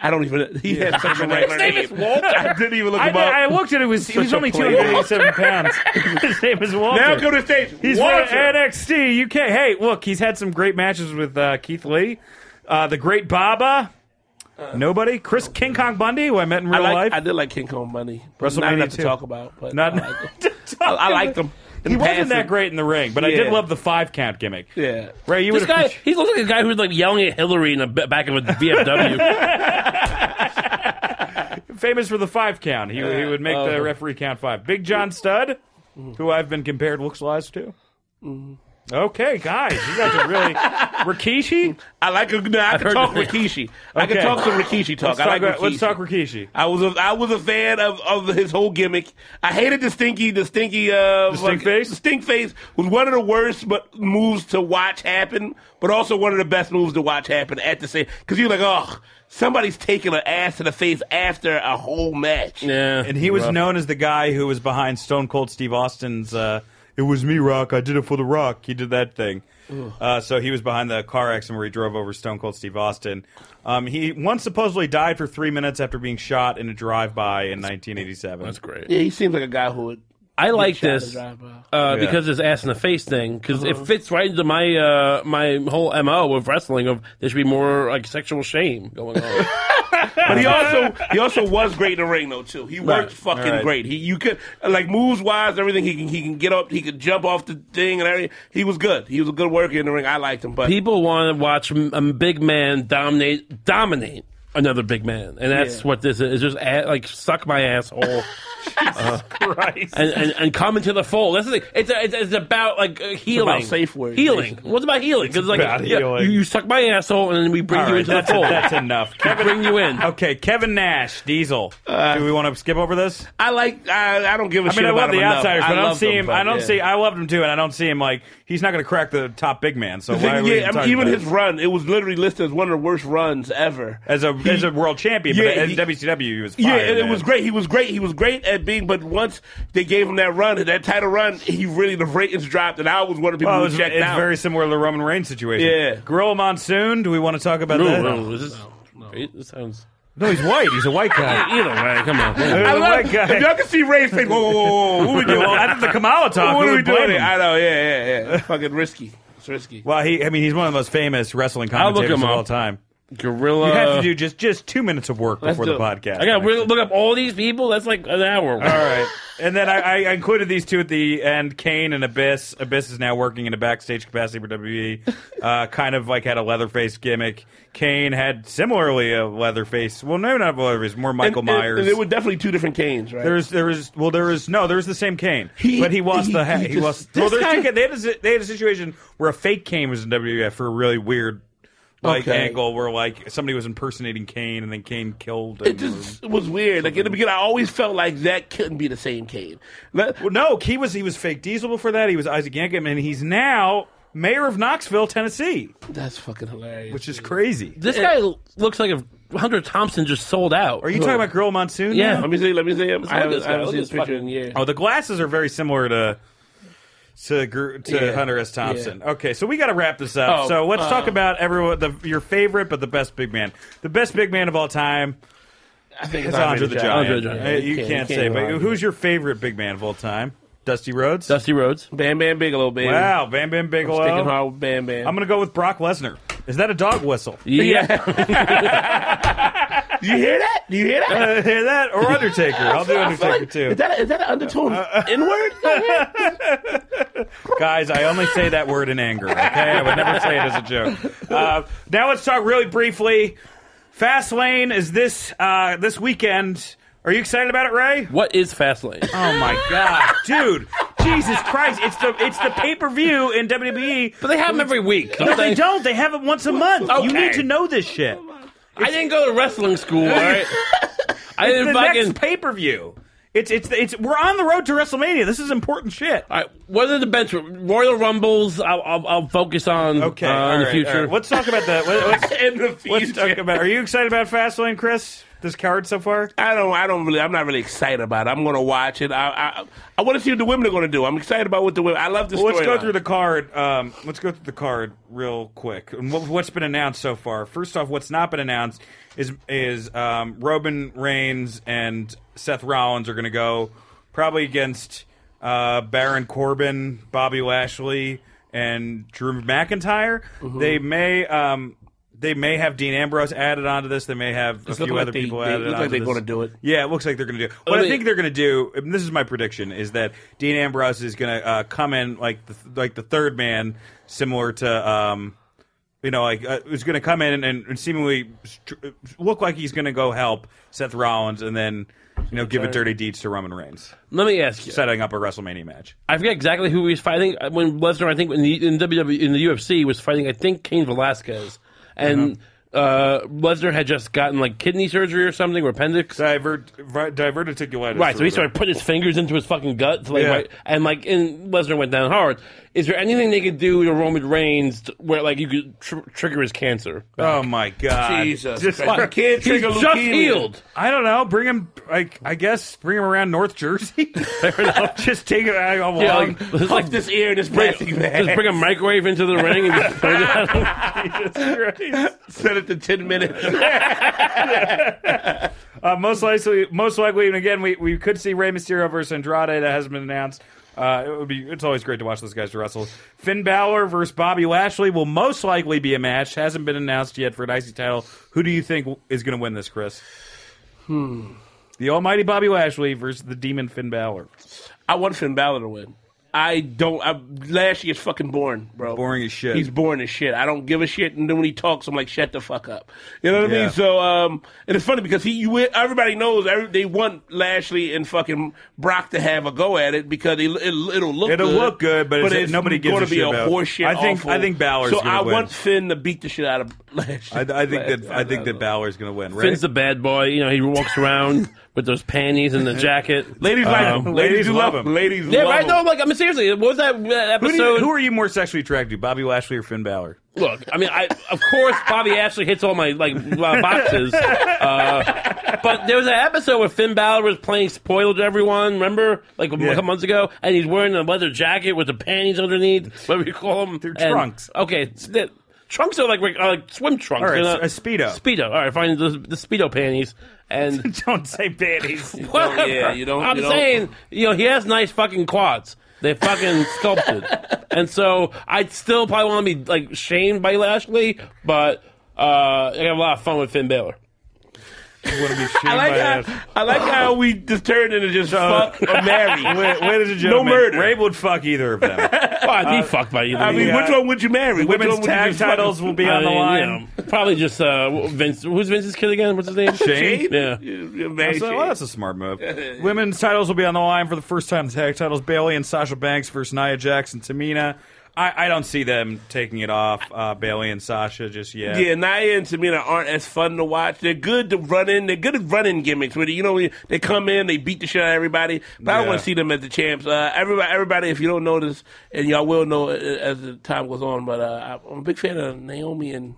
Speaker 8: I don't even. He had such a
Speaker 6: [laughs]
Speaker 8: regular
Speaker 7: name is Walter.
Speaker 8: [laughs] I didn't even look
Speaker 6: I,
Speaker 8: him up.
Speaker 6: I looked at it. it Was he was
Speaker 8: Such a
Speaker 6: only
Speaker 8: player.
Speaker 6: 287 pounds. [laughs] His name is Walter.
Speaker 8: now go to the stage.
Speaker 6: He's
Speaker 8: Walter.
Speaker 6: from NXT UK. Hey, look, he's had some great matches with uh, Keith Lee, uh, the Great Baba. Nobody, Chris King Kong Bundy, who I met in
Speaker 8: Uh. I
Speaker 6: real
Speaker 8: like,
Speaker 6: life.
Speaker 8: I did like King Kong Bunny.
Speaker 6: WrestleMania
Speaker 8: Not enough
Speaker 6: too.
Speaker 8: to talk about, but
Speaker 6: Not- [laughs]
Speaker 8: I liked him. I, I liked him.
Speaker 6: he
Speaker 8: In
Speaker 6: wasn't
Speaker 8: passing.
Speaker 6: that great in the ring, but I
Speaker 8: Yeah.
Speaker 6: did love the five count gimmick.
Speaker 8: Yeah.
Speaker 6: Ray, you
Speaker 7: This
Speaker 6: would
Speaker 7: guy, he looks like a guy who's like yelling at Hillary in the b- back of a VFW.
Speaker 6: [laughs] famous for the five count. He, he would make
Speaker 8: Oh.
Speaker 6: the referee count five. Big John Studd, who I've been compared looks lies to.
Speaker 8: Mm-hmm.
Speaker 6: Okay, guys, you guys are
Speaker 8: [laughs]
Speaker 6: really Rikishi.
Speaker 8: I like. him. No, I
Speaker 7: heard
Speaker 8: could talk
Speaker 7: the-
Speaker 8: Rikishi. I could
Speaker 6: Okay.
Speaker 8: talk some Rikishi talk.
Speaker 6: Let's
Speaker 8: I
Speaker 6: talk,
Speaker 8: like
Speaker 6: about-
Speaker 8: Rikishi.
Speaker 6: let's talk Rikishi.
Speaker 8: I was a, I was a fan of, of his whole gimmick. I hated the stinky the stinky uh
Speaker 6: stink face?
Speaker 8: The stink face was one of the worst but moves to watch happen, but also one of the best moves to watch happen at the same because you're like, oh, somebody's taking an ass to the face after a whole match.
Speaker 7: yeah.
Speaker 6: And he was known as the guy who was behind Stone Cold Steve Austin's uh, "It was me, Rock. I did it for the Rock." He did that thing. Uh, so he was behind the car accident where he drove over Stone Cold Steve Austin. Um, he once supposedly died for three minutes after being shot in a drive-by in 1987. That's
Speaker 7: great.
Speaker 8: Yeah, he seems like a guy who would.
Speaker 7: I like
Speaker 8: shot in a
Speaker 7: this uh,
Speaker 8: drive-by. Uh-huh.
Speaker 7: because this ass in the face thing because it fits right into my uh, my whole mo of wrestling of there should be more like sexual shame
Speaker 6: [laughs]
Speaker 7: going on.
Speaker 8: But he also he also was great in the ring though too. He worked fucking
Speaker 6: Right.
Speaker 8: great. He you could like moves wise everything he can he can get up he could jump off the thing and everything. He was good. He was a good worker in the ring. I liked him, but
Speaker 7: People want to watch m- a big man dominate dominate another big man, and that's
Speaker 8: Yeah.
Speaker 6: [laughs]
Speaker 7: what this is. It's just a- like suck my asshole. Uh-huh.
Speaker 6: Christ.
Speaker 7: and, and, and come into the fold. That's the thing. It's a, it's, it's about like uh, healing.
Speaker 9: safe words,
Speaker 7: Healing. What's about healing? Because like
Speaker 6: about
Speaker 7: yeah,
Speaker 6: healing.
Speaker 7: You, you suck my asshole, and then we bring
Speaker 6: All
Speaker 7: you
Speaker 6: right,
Speaker 7: into
Speaker 6: that's,
Speaker 7: the fold.
Speaker 6: that's enough.
Speaker 7: we bring you in.
Speaker 6: Okay, Kevin Nash, Diesel. Do we want to skip over this?
Speaker 8: Uh, I like. I, I don't give a
Speaker 6: I
Speaker 8: shit
Speaker 6: mean, I
Speaker 8: about
Speaker 6: love the
Speaker 8: him enough.
Speaker 6: outsiders, but I, don't
Speaker 8: love
Speaker 6: see
Speaker 8: them,
Speaker 6: him.
Speaker 8: but
Speaker 6: I don't
Speaker 8: yeah.
Speaker 6: see. I loved him too, and I don't see him like he's not going to crack the top big man. So
Speaker 8: The
Speaker 6: why are
Speaker 8: thing,
Speaker 6: we
Speaker 8: yeah, I mean,
Speaker 6: talking
Speaker 8: even
Speaker 6: about
Speaker 8: his
Speaker 6: it?
Speaker 8: run, it was literally listed as one of the worst runs ever.
Speaker 6: as a
Speaker 8: He-
Speaker 6: as a world champion, but
Speaker 8: Yeah,
Speaker 6: as
Speaker 8: he-
Speaker 6: WCW, he was
Speaker 8: yeah,
Speaker 6: fire,
Speaker 8: and it
Speaker 6: man.
Speaker 8: was great. He was great. He was great at being, but once they gave him that run, that title run, he really the ratings dropped, and I was one of the people
Speaker 6: Well, it
Speaker 8: who
Speaker 6: was,
Speaker 8: checked
Speaker 6: it's
Speaker 8: out.
Speaker 6: very similar to the Roman Reigns situation.
Speaker 8: Yeah.
Speaker 6: Gorilla Monsoon. Do we want to talk about that?
Speaker 7: no, this is- It sounds.
Speaker 6: No, he's white. He's a white guy.
Speaker 7: [laughs] Either way, come on.
Speaker 6: He's
Speaker 8: I
Speaker 6: a
Speaker 8: love.
Speaker 6: white guy.
Speaker 8: If y'all can see Ray's face, whoa, whoa, whoa, whoa, what we doing?
Speaker 6: well, after the [laughs] Kamala talk,
Speaker 8: what
Speaker 6: who
Speaker 8: are we
Speaker 6: would blame
Speaker 8: doing?
Speaker 6: him?
Speaker 8: I know. Yeah,
Speaker 6: [laughs]
Speaker 8: yeah, yeah. Fucking risky. It's risky.
Speaker 6: Well, he. I mean, he's one of the most famous wrestling
Speaker 7: I'll look
Speaker 6: commentators
Speaker 7: him
Speaker 6: of all
Speaker 7: up. Uh,
Speaker 6: time.
Speaker 7: Gorilla.
Speaker 6: You have to do just just two minutes of work
Speaker 8: Let's
Speaker 6: before
Speaker 8: do
Speaker 6: the
Speaker 8: it.
Speaker 6: podcast.
Speaker 7: I got to look up all these people. That's like an hour.
Speaker 6: All right. And then I, I included these two at the end Kane and Abyss. Abyss is now working in a backstage capacity for WWE. Uh, kind of like had a Leatherface gimmick. Kane had similarly a Leatherface. Well, no, not Leatherface, more Michael
Speaker 8: and,
Speaker 6: Myers.
Speaker 8: And, and there were definitely two different canes, right?
Speaker 6: There's, there is, well, there is no, there's the same Kane,
Speaker 8: He-
Speaker 6: but he lost
Speaker 8: he-
Speaker 6: the, ha-
Speaker 8: he
Speaker 6: he,
Speaker 8: just-
Speaker 6: lost.
Speaker 8: this
Speaker 6: Well, there's
Speaker 8: guy-
Speaker 6: two, Kane- they had, a, si- they had a situation where a fake Kane was in WWF for a really weird, like
Speaker 8: Okay.
Speaker 6: angle where like somebody was impersonating Kane and then Kane killed.
Speaker 8: It
Speaker 6: Him
Speaker 8: just was weird. Like in the beginning, I always felt like that couldn't be the same Kane. Let-
Speaker 6: Well, no, he was he was fake Diesel before that. He was Isaac Yankem, and he's now mayor of Knoxville, Tennessee,
Speaker 8: That's fucking hilarious.
Speaker 6: which is crazy.
Speaker 7: This guy looks like if Hunter Thompson just sold out.
Speaker 6: Are you talking about Girl Monsoon?
Speaker 7: Yeah.
Speaker 6: now?
Speaker 8: let me see. Let me see him.
Speaker 7: Let's look at
Speaker 8: I haven't,
Speaker 7: this guy.
Speaker 8: I haven't
Speaker 7: Look
Speaker 8: seen
Speaker 7: at
Speaker 8: this
Speaker 7: this
Speaker 8: picture
Speaker 6: [laughs]
Speaker 8: in years.
Speaker 6: Oh, the glasses are very similar to to Gr- to
Speaker 8: Yeah.
Speaker 6: Hunter S. Thompson. Okay, so we got to wrap this up.
Speaker 8: Oh,
Speaker 6: so let's
Speaker 8: uh,
Speaker 6: talk about everyone the, your favorite, but the best big man, the best big man of all time.
Speaker 8: I think
Speaker 6: It's Andre the Giant.
Speaker 7: Andre the Giant.
Speaker 6: Uh, you,
Speaker 8: Yeah,
Speaker 6: can't,
Speaker 8: you can't
Speaker 6: say, but
Speaker 8: argue.
Speaker 6: who's your favorite big man of all time? Dusty Rhodes.
Speaker 7: Dusty Rhodes.
Speaker 8: Bam Bam Bigelow, baby.
Speaker 6: Wow, Bam Bam
Speaker 8: I'm sticking
Speaker 6: Bigelow.
Speaker 8: hard with Bam Bam.
Speaker 6: I'm gonna go with Brock Lesnar. Is that a dog whistle?
Speaker 7: Yeah.
Speaker 8: Do you hear that? Do you hear that?
Speaker 6: Uh, hear that or Undertaker? I'll do
Speaker 8: I feel
Speaker 6: Undertaker
Speaker 8: like-
Speaker 6: too.
Speaker 8: Is that, is that [laughs] an undertone [laughs] inward?
Speaker 6: Guys, I only say that word in anger. Okay, I would never say it as a joke. Uh, now let's talk really briefly. Fastlane is this uh, this weekend. Are you excited about it, Ray?
Speaker 7: what is Fastlane?
Speaker 6: Oh my god, dude! Jesus Christ! It's the it's the pay per view in WWE.
Speaker 7: But they have them every week.
Speaker 6: No, they don't. They have it once a month. You
Speaker 7: Okay.
Speaker 6: need to know this shit.
Speaker 7: I didn't go to wrestling school. All right. I
Speaker 6: The
Speaker 7: didn't fucking.
Speaker 6: next pay per view. It's it's it's. We're on the road to WrestleMania. This is important shit.
Speaker 7: all right, what are the bench Royal Rumbles? I'll, I'll, I'll focus on
Speaker 6: Okay,
Speaker 7: uh,
Speaker 6: all
Speaker 7: in the
Speaker 6: right,
Speaker 7: future.
Speaker 6: all right. Let's talk about that. Let, let's,
Speaker 8: In the
Speaker 6: let's
Speaker 8: future.
Speaker 6: talk about. Are you excited about Fastlane, Chris? This card so far?
Speaker 8: I don't. I don't really. I'm not really excited about it. I'm going to watch it. I. I, I want to see what the women are going to do. I'm excited about what the women. I love this.
Speaker 6: Well, let's go
Speaker 8: storyline.
Speaker 6: through the card. Um, let's go through the card real quick. And what, what's been announced so far? First off, what's not been announced is is um, Robin Reigns and Seth Rollins are going to go probably against uh, Baron Corbin, Bobby Lashley, and Drew McIntyre.
Speaker 8: Mm-hmm.
Speaker 6: They may. Um, they may have Dean Ambrose added onto this. They may have a
Speaker 8: It's
Speaker 6: few
Speaker 8: looking like
Speaker 6: other
Speaker 8: they-
Speaker 6: people
Speaker 8: they-
Speaker 6: added
Speaker 8: look like
Speaker 6: onto
Speaker 8: they're
Speaker 6: this.
Speaker 8: gonna do it.
Speaker 6: Yeah, it looks like they're going to do. What I
Speaker 7: they-
Speaker 6: think they're going to do, and this is my prediction, is that Dean Ambrose is going to uh, come in like the, like the third man, similar to um, you know, like uh, is going to come in and, and seemingly str- look like he's going to go help Seth Rollins, and then you know give a dirty deeds to Roman Reigns,
Speaker 7: Let me ask you.
Speaker 6: setting up a WrestleMania match.
Speaker 7: I forget exactly who he was fighting Uh, when Lesnar. I think in the in WWE in the UFC was fighting. I think Cain Velasquez, and
Speaker 8: Uh-huh.
Speaker 7: uh, Lesnar had just gotten like kidney surgery or something or appendix.
Speaker 6: Divert, vi- diverticulitis.
Speaker 7: Right,
Speaker 6: or
Speaker 7: so
Speaker 6: whatever.
Speaker 7: he started putting his fingers into his fucking gut, to like,
Speaker 6: Yeah.
Speaker 7: right, and like, and Lesnar went down hard. Is there anything they could do to Roman Reigns to, where like you could tr- trigger his cancer?
Speaker 6: Oh my god!
Speaker 8: Jesus.
Speaker 6: Just-
Speaker 8: Christ.
Speaker 6: Fuck.
Speaker 8: Can't
Speaker 7: He's
Speaker 8: trigger
Speaker 7: just
Speaker 8: leukemia.
Speaker 7: healed.
Speaker 6: I don't know. Bring him, like I guess, bring him around North Jersey. [laughs] just take it out along.
Speaker 7: Yeah, like, [laughs]
Speaker 8: Puff
Speaker 7: just, like
Speaker 8: this ear and this
Speaker 7: bring,
Speaker 8: plastic bag.
Speaker 7: just bring a microwave into the ring and just put it
Speaker 8: [laughs]
Speaker 7: on.
Speaker 8: Set it to ten
Speaker 6: [laughs]
Speaker 8: minutes.
Speaker 6: Uh, most likely, most likely, and again, we, we could see Rey Mysterio versus Andrade. That hasn't been announced. Uh, it would be. It's always great to watch those guys wrestle. Finn Balor versus Bobby Lashley will most likely be a match. Hasn't been announced yet for an IC title. Who do you think w- is going to win this, Chris? Hmm. The Almighty Bobby Lashley versus the Demon Finn Balor.
Speaker 8: I want Finn Balor to win. I don't. I, last year's fucking boring, bro.
Speaker 6: Boring as shit.
Speaker 8: He's boring as shit. I don't give a shit. And then when he talks, I'm like, shut the fuck up. You know what I
Speaker 6: Yeah.
Speaker 8: mean? So, um, and it's funny because he, you, everybody knows every, they want Lashley and fucking Brock to have a go at it because it, it, will look
Speaker 6: It'll
Speaker 8: good,
Speaker 6: look good, but it's- nobody gives
Speaker 8: gonna
Speaker 6: a
Speaker 8: be
Speaker 6: shit
Speaker 8: a
Speaker 6: about it.
Speaker 8: horseshit.
Speaker 6: I think-
Speaker 8: awful.
Speaker 6: I think Balor's
Speaker 8: So
Speaker 6: gonna
Speaker 8: I
Speaker 6: win.
Speaker 8: want Finn to beat the shit out of
Speaker 6: I,
Speaker 8: Lashley.
Speaker 6: I think that I think that Balor's gonna win. Right?
Speaker 7: Finn's the bad boy. You know, he walks around with those panties and the
Speaker 8: [laughs]
Speaker 7: jacket.
Speaker 8: Ladies like
Speaker 7: Um,
Speaker 8: him.
Speaker 6: ladies
Speaker 8: Ladies love
Speaker 6: love
Speaker 8: him. Ladies
Speaker 7: yeah,
Speaker 8: love
Speaker 7: right.
Speaker 8: him.
Speaker 7: No, like I mean, seriously, what was that, that
Speaker 6: who, do you-
Speaker 7: episode?
Speaker 6: who are you more sexually attracted to, Bobby Lashley or Finn Balor?
Speaker 7: Look, I mean, I of course Bobby Ashley hits all my
Speaker 6: [laughs]
Speaker 7: like my boxes, uh, but there was an episode where Finn Balor was playing spoiler to everyone. Remember, like a
Speaker 6: Yeah.
Speaker 7: couple months ago, and he's wearing a leather jacket with the panties underneath, whatever you call them.
Speaker 6: They're Oh,
Speaker 7: And-
Speaker 6: trunks.
Speaker 7: Okay, it's- that- trunks are like reg- are like swim trunks.
Speaker 6: All right,
Speaker 7: they're
Speaker 6: a speedo.
Speaker 7: Speedo. All right, fine. The, the speedo panties
Speaker 6: [laughs]
Speaker 7: and
Speaker 6: [laughs] Don't say panties.
Speaker 7: whatever.
Speaker 8: yeah, you don't-
Speaker 7: I'm
Speaker 8: you don't-
Speaker 7: saying, you know, he has nice fucking quads. They
Speaker 8: [laughs]
Speaker 7: fucking sculpted, and so I'd still probably want to be like shamed by Lashley, but uh, I have a lot of fun with Finn Balor.
Speaker 8: [laughs] I like how I like how we just turned into just uh, fuck
Speaker 6: [laughs]
Speaker 8: or marry.
Speaker 6: Ladies and gentlemen,
Speaker 8: murder.
Speaker 6: Rabe would fuck either of
Speaker 8: [laughs]
Speaker 6: them.
Speaker 7: Well, I'd
Speaker 8: Uh,
Speaker 7: be fucked by either.
Speaker 8: I mean,
Speaker 6: Yeah.
Speaker 8: which one would you marry? Which
Speaker 6: Women's
Speaker 8: one would you
Speaker 6: tag
Speaker 8: just fuck?
Speaker 6: titles will be
Speaker 7: I
Speaker 6: on the
Speaker 7: mean,
Speaker 6: line.
Speaker 7: you know, probably just uh, Vince. Who's Vince's kid again? What's his name?
Speaker 6: Shane?
Speaker 7: Yeah.
Speaker 8: Yeah,
Speaker 6: That's,
Speaker 8: man,
Speaker 6: a,
Speaker 8: shit.
Speaker 6: well, that's a smart
Speaker 8: [laughs]
Speaker 6: move. Women's titles will be on the line for the first time. Tag titles: Bailey and Sasha Banks versus Nia Jax and Tamina. I, I don't see them taking it off. Uh, Bailey and Sasha just yet.
Speaker 8: yeah, Nia and Tamina aren't as fun to watch. They're good to run in. They're good at running gimmicks. Where they- you know they come in, they beat the shit out of everybody. But I don't
Speaker 6: Yeah.
Speaker 8: want to see them as the champs. Uh, everybody, everybody, if you don't know this, and y'all will know uh, as the time goes on. But uh, I'm a big fan of Naomi and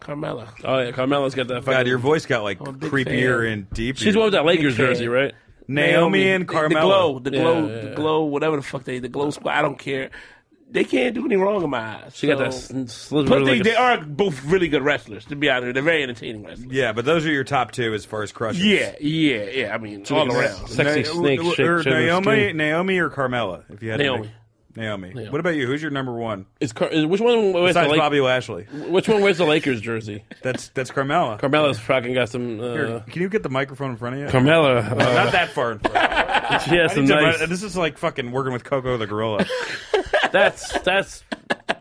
Speaker 8: Carmella.
Speaker 7: Oh yeah, Carmelo's got that.
Speaker 6: God,
Speaker 7: Fucking,
Speaker 6: your voice got like
Speaker 8: a big
Speaker 6: creepier
Speaker 8: fan.
Speaker 6: and deeper.
Speaker 7: she's one with that Lakers
Speaker 8: Big fan.
Speaker 7: jersey, right?
Speaker 6: Naomi, and
Speaker 8: the-
Speaker 6: Carmella.
Speaker 8: The glow, the
Speaker 7: Yeah,
Speaker 8: glow,
Speaker 7: yeah, yeah.
Speaker 8: the glow, whatever the fuck they, the glow squad. I don't care. They can't do any wrong in my eyes.
Speaker 7: She got that. sl- sliver
Speaker 8: But
Speaker 7: like
Speaker 8: they,
Speaker 7: a-
Speaker 8: they are both really good wrestlers. To be honest, they're very entertaining wrestlers.
Speaker 6: Yeah, but those are your top two as far as crushes.
Speaker 8: Yeah, yeah, yeah. I mean, all around.
Speaker 7: Sexy snake
Speaker 6: or
Speaker 7: shake- shake the
Speaker 6: Naomi,
Speaker 7: skin.
Speaker 6: Naomi or Carmella? If you had to
Speaker 8: Naomi.
Speaker 6: pick. Naomi. What about you? Who's your number one?
Speaker 7: Is Car- is- which one wears the
Speaker 6: Besides
Speaker 7: Lake-
Speaker 6: Bobby Lashley.
Speaker 7: Which one wears the Lakers
Speaker 8: [laughs]
Speaker 7: jersey?
Speaker 6: That's that's Carmella.
Speaker 7: Carmelo's fucking got some. Uh,
Speaker 6: Here, Can you get the microphone in front of you?
Speaker 7: Carmelo.
Speaker 8: [laughs]
Speaker 7: Uh,
Speaker 6: Not that far in front.
Speaker 7: she has some nice.
Speaker 6: This is like fucking working with Coco the gorilla.
Speaker 7: That's that's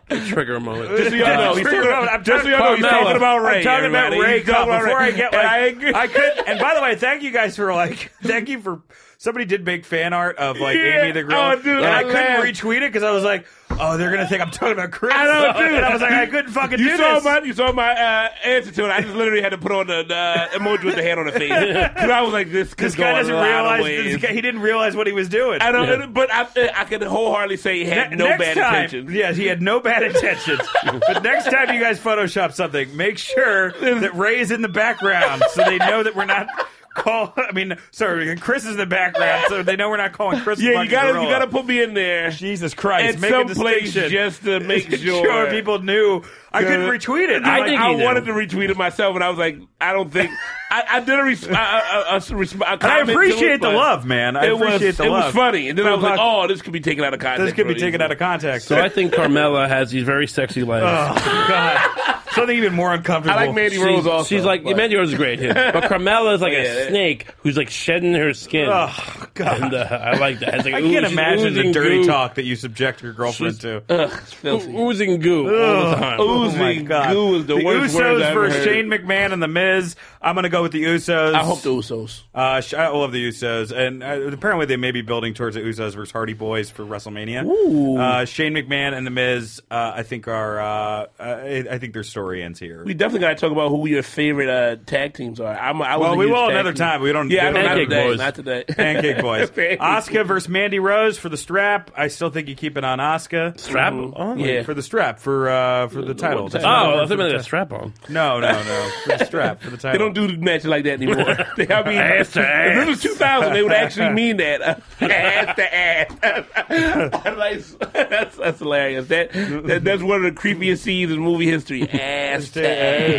Speaker 7: a trigger moment.
Speaker 8: Just so y'all know, he's talking about,
Speaker 6: I'm
Speaker 8: just so y'all know, he's
Speaker 7: Carmella.
Speaker 8: talking about Ray.
Speaker 6: I'm talking about
Speaker 8: everybody.
Speaker 6: Ray
Speaker 8: He's talking
Speaker 6: Cobb
Speaker 8: about
Speaker 6: before
Speaker 8: Ray.
Speaker 6: I get
Speaker 8: And
Speaker 6: like,
Speaker 8: I [laughs] agree.
Speaker 6: I could. And by the way, thank you guys for like, thank you for. Somebody did make fan art of like
Speaker 8: Yeah.
Speaker 6: Amy the Gorilla,
Speaker 8: Oh, dude,
Speaker 6: and
Speaker 8: I
Speaker 6: I, couldn't
Speaker 8: laughed.
Speaker 6: retweet it because I was like, "Oh, they're gonna think I'm talking about Chris." I
Speaker 8: know,
Speaker 6: [laughs]
Speaker 8: dude.
Speaker 6: And I was like, I couldn't fucking
Speaker 8: You
Speaker 6: do
Speaker 8: saw
Speaker 6: this.
Speaker 8: my
Speaker 6: [laughs]
Speaker 8: you saw my uh, answer to it. I just literally had to put on the, the emoji with the hand on the
Speaker 6: [laughs]
Speaker 8: face because I was like, this could
Speaker 6: this
Speaker 8: go
Speaker 6: guy
Speaker 8: a
Speaker 6: doesn't
Speaker 8: lot of
Speaker 6: realize.
Speaker 8: ways.
Speaker 6: This guy, he didn't realize what he was doing.
Speaker 8: I don't,
Speaker 7: Yeah.
Speaker 8: but I, I can wholeheartedly say he had
Speaker 6: Ne-
Speaker 8: no
Speaker 6: next
Speaker 8: bad
Speaker 6: time,
Speaker 8: intentions.
Speaker 6: Yes, he had no bad intentions. but next time you guys Photoshop something, make sure that Ray is in the background so they know that we're not call. I mean, sorry, Chris is in the background so they know we're not calling Chris. a
Speaker 8: Yeah, you
Speaker 6: fucking
Speaker 8: gotta you
Speaker 6: gorilla.
Speaker 8: gotta put me in there
Speaker 6: Jesus Christ,
Speaker 8: at
Speaker 6: make
Speaker 8: some
Speaker 6: a
Speaker 8: place
Speaker 6: distinction.
Speaker 8: just to [laughs] make
Speaker 6: [laughs]
Speaker 8: sure.
Speaker 6: people knew. I couldn't
Speaker 8: Uh,
Speaker 6: retweet it.
Speaker 7: I
Speaker 6: I'm like,
Speaker 7: think
Speaker 8: I
Speaker 7: he knew.
Speaker 8: wanted to retweet it myself, and I was like, I don't think I, I did a, res- a, a, a, a, resp- a
Speaker 6: I
Speaker 8: comment to
Speaker 6: appreciate
Speaker 8: it,
Speaker 6: the
Speaker 8: but
Speaker 6: love, man. I
Speaker 8: it was
Speaker 6: appreciate the
Speaker 8: it
Speaker 6: love.
Speaker 8: was funny, and then I was like,
Speaker 6: Fuck.
Speaker 8: oh, this could be taken out of context.
Speaker 6: this could be
Speaker 8: really
Speaker 6: taken
Speaker 8: easily.
Speaker 6: out of context. Oh,
Speaker 7: So I think Carmela has these very sexy legs.
Speaker 8: Oh, [laughs]
Speaker 6: God, something even more uncomfortable.
Speaker 8: I like Mandy
Speaker 7: She's,
Speaker 8: Rose also. Oh,
Speaker 7: she's like, Mandy Rose is great here, but Carmela is like
Speaker 8: Yeah, yeah.
Speaker 7: a snake who's like shedding her skin.
Speaker 6: Oh, God.
Speaker 7: And, uh, I like that.
Speaker 8: [laughs]
Speaker 7: It's like,
Speaker 6: I
Speaker 7: ooh,
Speaker 6: can't
Speaker 7: she's
Speaker 6: imagine the
Speaker 7: oozing
Speaker 6: dirty
Speaker 7: goo,
Speaker 6: talk that you subject your girlfriend to. Oh
Speaker 8: Ugh, filthy.
Speaker 7: oo- oozing goo all the time. Oh
Speaker 8: Ooh. uh, oozing goo is the worst
Speaker 6: Usos
Speaker 8: words I've ever
Speaker 6: versus
Speaker 8: heard.
Speaker 6: Shane McMahon and the Miz. I'm gonna go with the Usos.
Speaker 8: I hope the Usos.
Speaker 6: Uh, sh- I love the Usos, and uh, apparently they may be building towards the Usos versus Hardy Boys for WrestleMania.
Speaker 8: Ooh.
Speaker 6: Uh, Shane McMahon and the Miz. Uh, I think are. Uh, I, I think their story ends here.
Speaker 8: We definitely got to talk about who your favorite uh, tag teams are. I'm, I was
Speaker 6: well,
Speaker 8: a
Speaker 6: we
Speaker 8: huge
Speaker 6: will
Speaker 8: tag
Speaker 6: another
Speaker 8: team.
Speaker 6: time. We don't.
Speaker 8: Yeah,
Speaker 6: we don't
Speaker 8: not
Speaker 7: Pancake
Speaker 8: today.
Speaker 7: Boys.
Speaker 8: Not today.
Speaker 6: Pancake boys.
Speaker 8: [laughs] Pancake.
Speaker 6: Oscar versus Mandy Rose for the strap. I still think you keep it on Oscar.
Speaker 7: Strap?
Speaker 6: Oh,
Speaker 8: Yeah.
Speaker 6: for the strap for uh, for the title.
Speaker 8: what the-
Speaker 6: That's another
Speaker 7: Oh, I
Speaker 6: word
Speaker 7: thought
Speaker 6: for
Speaker 7: they
Speaker 6: the
Speaker 7: had a
Speaker 6: title.
Speaker 7: strap on.
Speaker 6: No, no, no. For the strap for the title.
Speaker 8: [laughs] They don't do matches like that [laughs] anymore. They- I mean,
Speaker 7: Ass to
Speaker 8: if
Speaker 7: ass.
Speaker 8: this was 2000, they would actually mean that.
Speaker 7: [laughs]
Speaker 8: ass to ass. [laughs] I'm like, that's, that's hilarious. That, that That's one of the creepiest scenes in
Speaker 7: [laughs]
Speaker 8: movie history. Ass to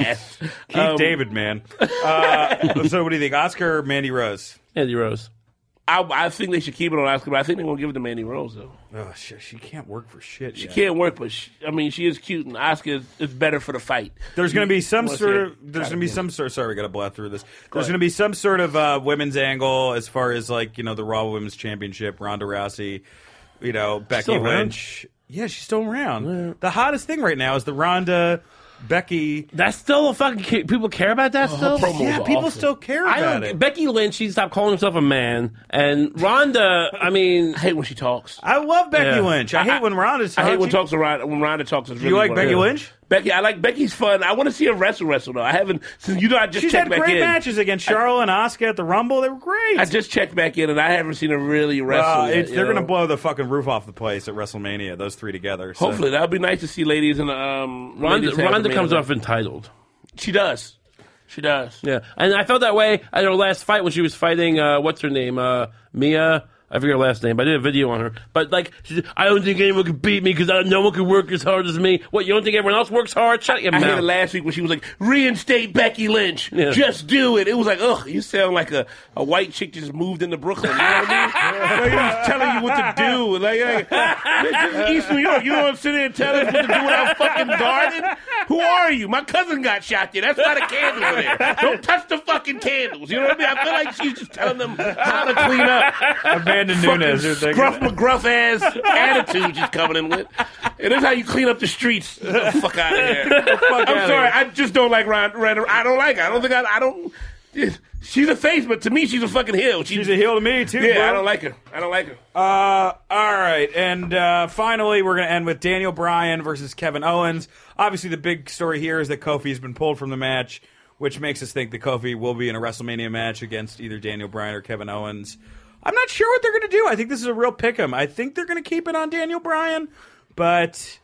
Speaker 8: ass.
Speaker 6: Keith
Speaker 8: Um,
Speaker 6: David,
Speaker 8: [laughs]
Speaker 6: man. Uh, so, what do you think, Oscar or Mandy Rose?
Speaker 7: Andy Rose.
Speaker 8: I, I think they should keep it on Oscar, but I think they're going to give it to Mandy Rose, though.
Speaker 6: Oh shit, she can't work for shit.
Speaker 8: She can't work, but she, I mean, she is cute, and Oscar is, is better for the fight.
Speaker 6: There's going to be some
Speaker 8: Let's
Speaker 6: sort
Speaker 8: hear
Speaker 6: of.
Speaker 8: it.
Speaker 6: There's going to be some sort. Sorry, we got to blast through this. There's
Speaker 8: ahead.
Speaker 6: going to be some sort of uh, women's angle as far as like you know the Raw Women's Championship, Ronda Rousey you know, Becky
Speaker 7: still around?
Speaker 6: Lynch. Yeah, she's still around. The hottest thing right now is the Ronda, Becky.
Speaker 7: That's still a fucking ca- people care about
Speaker 8: Oh,
Speaker 7: that still.
Speaker 6: Yeah, people still care
Speaker 7: I
Speaker 6: about
Speaker 7: don't.
Speaker 6: it.
Speaker 7: Becky Lynch, she stopped calling herself a man, and Rhonda. I mean,
Speaker 8: I hate when she talks.
Speaker 6: I love Becky
Speaker 7: Yeah.
Speaker 6: Lynch. I hate when Ronda's.
Speaker 8: I hate when
Speaker 6: talking.
Speaker 8: talks around when Rhonda talks. Is really
Speaker 6: You like
Speaker 8: what I-
Speaker 6: Becky Lynch?
Speaker 8: Becky, I like Becky's fun. I want to see her wrestle wrestle though. I haven't since you know I just
Speaker 6: She's
Speaker 8: checked
Speaker 6: had
Speaker 8: back
Speaker 6: great
Speaker 8: in.
Speaker 6: matches against Charlotte and Oscar at the Rumble. They were great.
Speaker 8: I just checked back in and I haven't seen her really wrestle.
Speaker 6: Uh,
Speaker 8: yet,
Speaker 6: it's-
Speaker 8: you
Speaker 6: they're
Speaker 8: know?
Speaker 6: going to blow the fucking roof off the place at WrestleMania. Those three together. so-
Speaker 8: Hopefully, that would be nice to see ladies and um.
Speaker 7: Rhonda,
Speaker 8: ladies have a
Speaker 7: Rhonda
Speaker 8: main
Speaker 7: comes
Speaker 8: event.
Speaker 7: off entitled.
Speaker 8: She does. She does.
Speaker 7: Yeah, and I felt that way at her last fight when she was fighting uh, what's her name, uh, Mia. I forget her last name. But I did a video on her, but like, she, said, I don't think anyone could beat me because no one could work as hard as me. What you don't think everyone else works hard? Shut your
Speaker 8: I
Speaker 7: mouth.
Speaker 8: heard it last week when she was like, reinstate Becky Lynch.
Speaker 7: Yeah.
Speaker 8: Just do it. It was like, ugh, you sound like a, a white chick just moved into Brooklyn. You know what I mean? like, he's telling you what to do. Like, like this is East New York. You don't sit there and tell us what to do without fucking garden. Who are you? My cousin got shot there. That's why the candles are there. Don't touch the fucking candles. You know what I mean? I feel like she's just telling them how to clean up.
Speaker 6: [laughs] Amanda Nunes. you're thinking-
Speaker 8: [laughs] Gruff McGruff ass attitude she's coming in with. And that's how you clean up the streets. Get the fuck out of [laughs] here. I'm sorry, I just don't like Ron, Ron- I don't like her. I don't think I, I don't. She's a face, but to me, she's a fucking heel. She's,
Speaker 6: She's a heel to me too.
Speaker 8: Yeah,
Speaker 6: bro.
Speaker 8: I don't like her. I don't like her.
Speaker 6: Uh, all right, and uh, finally, we're going to end with Daniel Bryan versus Kevin Owens. Obviously, the big story here is that Kofi's been pulled from the match, which makes us think that Kofi will be in a WrestleMania match against either Daniel Bryan or Kevin Owens. I'm not sure what they're going to do. I think this is a real pick 'em. I think they're going to keep it on Daniel Bryan, but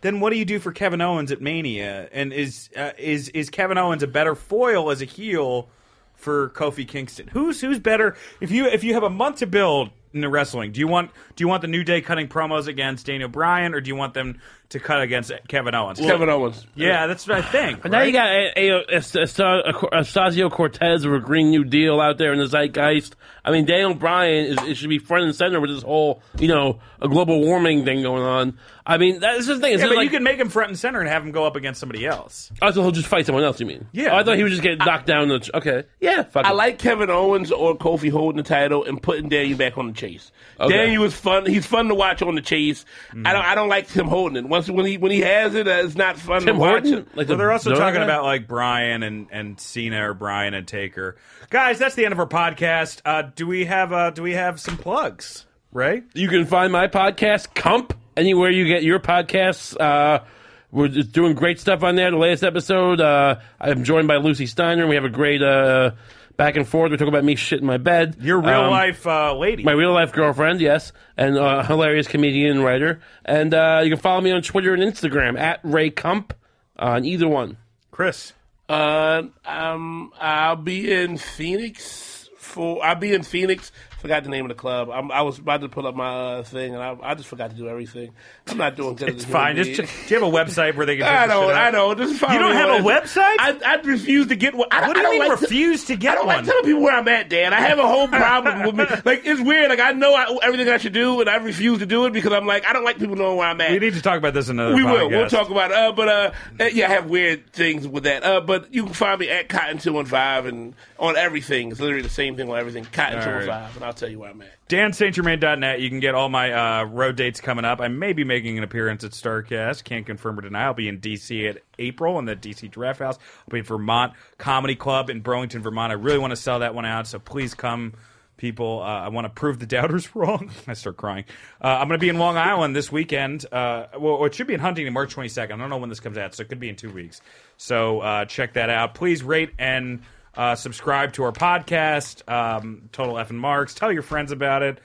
Speaker 6: then what do you do for Kevin Owens at Mania? And is uh, is is Kevin Owens a better foil as a heel for Kofi Kingston? Who's who's better? If you if you have a month to build in the wrestling, do you want do you want the New Day cutting promos against Daniel Bryan, or do you want them to cut against Kevin Owens?
Speaker 8: Kevin Owens.
Speaker 6: yeah, that's what I think.
Speaker 7: But now you got a, a, a, Stasio Cortez with a Green New Deal out there in the zeitgeist. I mean, Daniel Bryan is it should be front and center with this whole you know a global warming thing going on. I mean, that's the thing. It's
Speaker 6: Yeah,
Speaker 7: just
Speaker 6: but
Speaker 7: like,
Speaker 6: you can make him front and center and have him go up against somebody else.
Speaker 7: oh, so he'll just fight someone else. You mean?
Speaker 6: Yeah.
Speaker 7: Oh, I thought he was just getting knocked down. The ch- okay, yeah, fuck
Speaker 8: I
Speaker 7: it.
Speaker 8: like Kevin Owens or Kofi holding the title and putting Daniel back on the chase.
Speaker 7: Okay.
Speaker 8: Daniel is fun. He's fun to watch on the chase. I don't. I don't like him holding it. Once when he when he has it, uh, it's not fun
Speaker 7: Tim
Speaker 8: to watch.
Speaker 7: Horton.
Speaker 8: it.
Speaker 7: Like
Speaker 6: Well,
Speaker 7: the
Speaker 6: they're also
Speaker 7: Zorro
Speaker 6: talking
Speaker 7: guy?
Speaker 6: about like Brian and and Cena or Brian and Taker. Guys, that's the end of our podcast. Uh, do we have uh, do we have some plugs? Right.
Speaker 7: You can find my podcast, Comp, anywhere you get your podcasts. Uh, we're just doing great stuff on there. The latest episode, uh, I'm joined by Lucy Steiner. and We have a great uh, back and forth. We talk about me shit in my bed.
Speaker 6: Your real
Speaker 7: Um,
Speaker 6: life uh, lady.
Speaker 7: My real life girlfriend, yes, and uh, hilarious comedian and writer. And uh, you can follow me on Twitter and Instagram at Ray Comp on either one.
Speaker 6: Chris.
Speaker 8: Uh, um, I'll be in Phoenix for. I'll be in Phoenix. Forgot the name of the club. I'm, I was about to pull up my uh, thing, and I, I just forgot to do everything. I'm not doing good.
Speaker 6: It's fine. Just, do you have a website where they can?
Speaker 8: [laughs] I
Speaker 6: pick this
Speaker 8: know.
Speaker 6: shit up?
Speaker 8: I know. Just follow
Speaker 6: You don't
Speaker 8: me
Speaker 6: have
Speaker 8: on
Speaker 6: a
Speaker 8: Insta-
Speaker 6: website?
Speaker 8: I, I refuse to get one. I,
Speaker 6: What do you
Speaker 8: I don't
Speaker 6: mean
Speaker 8: like
Speaker 6: refuse to get
Speaker 8: I don't
Speaker 6: one?
Speaker 8: like telling people where I'm at, Dan. I have a whole problem
Speaker 6: [laughs]
Speaker 8: with me. Like it's weird. Like I know I, everything I should do, and I refuse to do it because I'm like I don't like people knowing where I'm at.
Speaker 6: We need to talk about this in another.
Speaker 8: We will.
Speaker 6: podcast.
Speaker 8: We'll talk about it. Uh, but uh, uh, yeah, I have weird things with that. Uh, but you can find me at Cotton Two One Five and on everything. It's literally the same thing on everything. Cotton Two One Five, and I'll tell you where I'm at.
Speaker 6: DanSaintGermain.net. You can get all my uh, road dates coming up. I may be making an appearance at Starcast. Can't confirm or deny. I'll be in D.C. at April in the D.C. Draft House. I'll be at Vermont Comedy Club in Burlington, Vermont. I really want to sell that one out, so please come, people. Uh, I want to prove the doubters [laughs] wrong. I start crying. Uh, I'm going to be in Long Island this weekend. Uh, well, it should be in Huntington March 22nd. I don't know when this comes out, so it could be in two weeks. So uh, check that out. Please rate and uh, subscribe to our podcast, um, Total F and Marks. Tell your friends about it.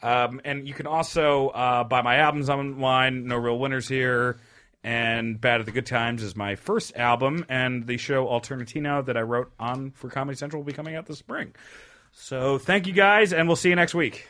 Speaker 6: Um, and you can also uh, buy my albums online, No Real Winners Here. And Bad at the Good Times is my first album, and the show Alternatino that I wrote on for Comedy Central will be coming out this spring. So thank you guys, and we'll see you next week.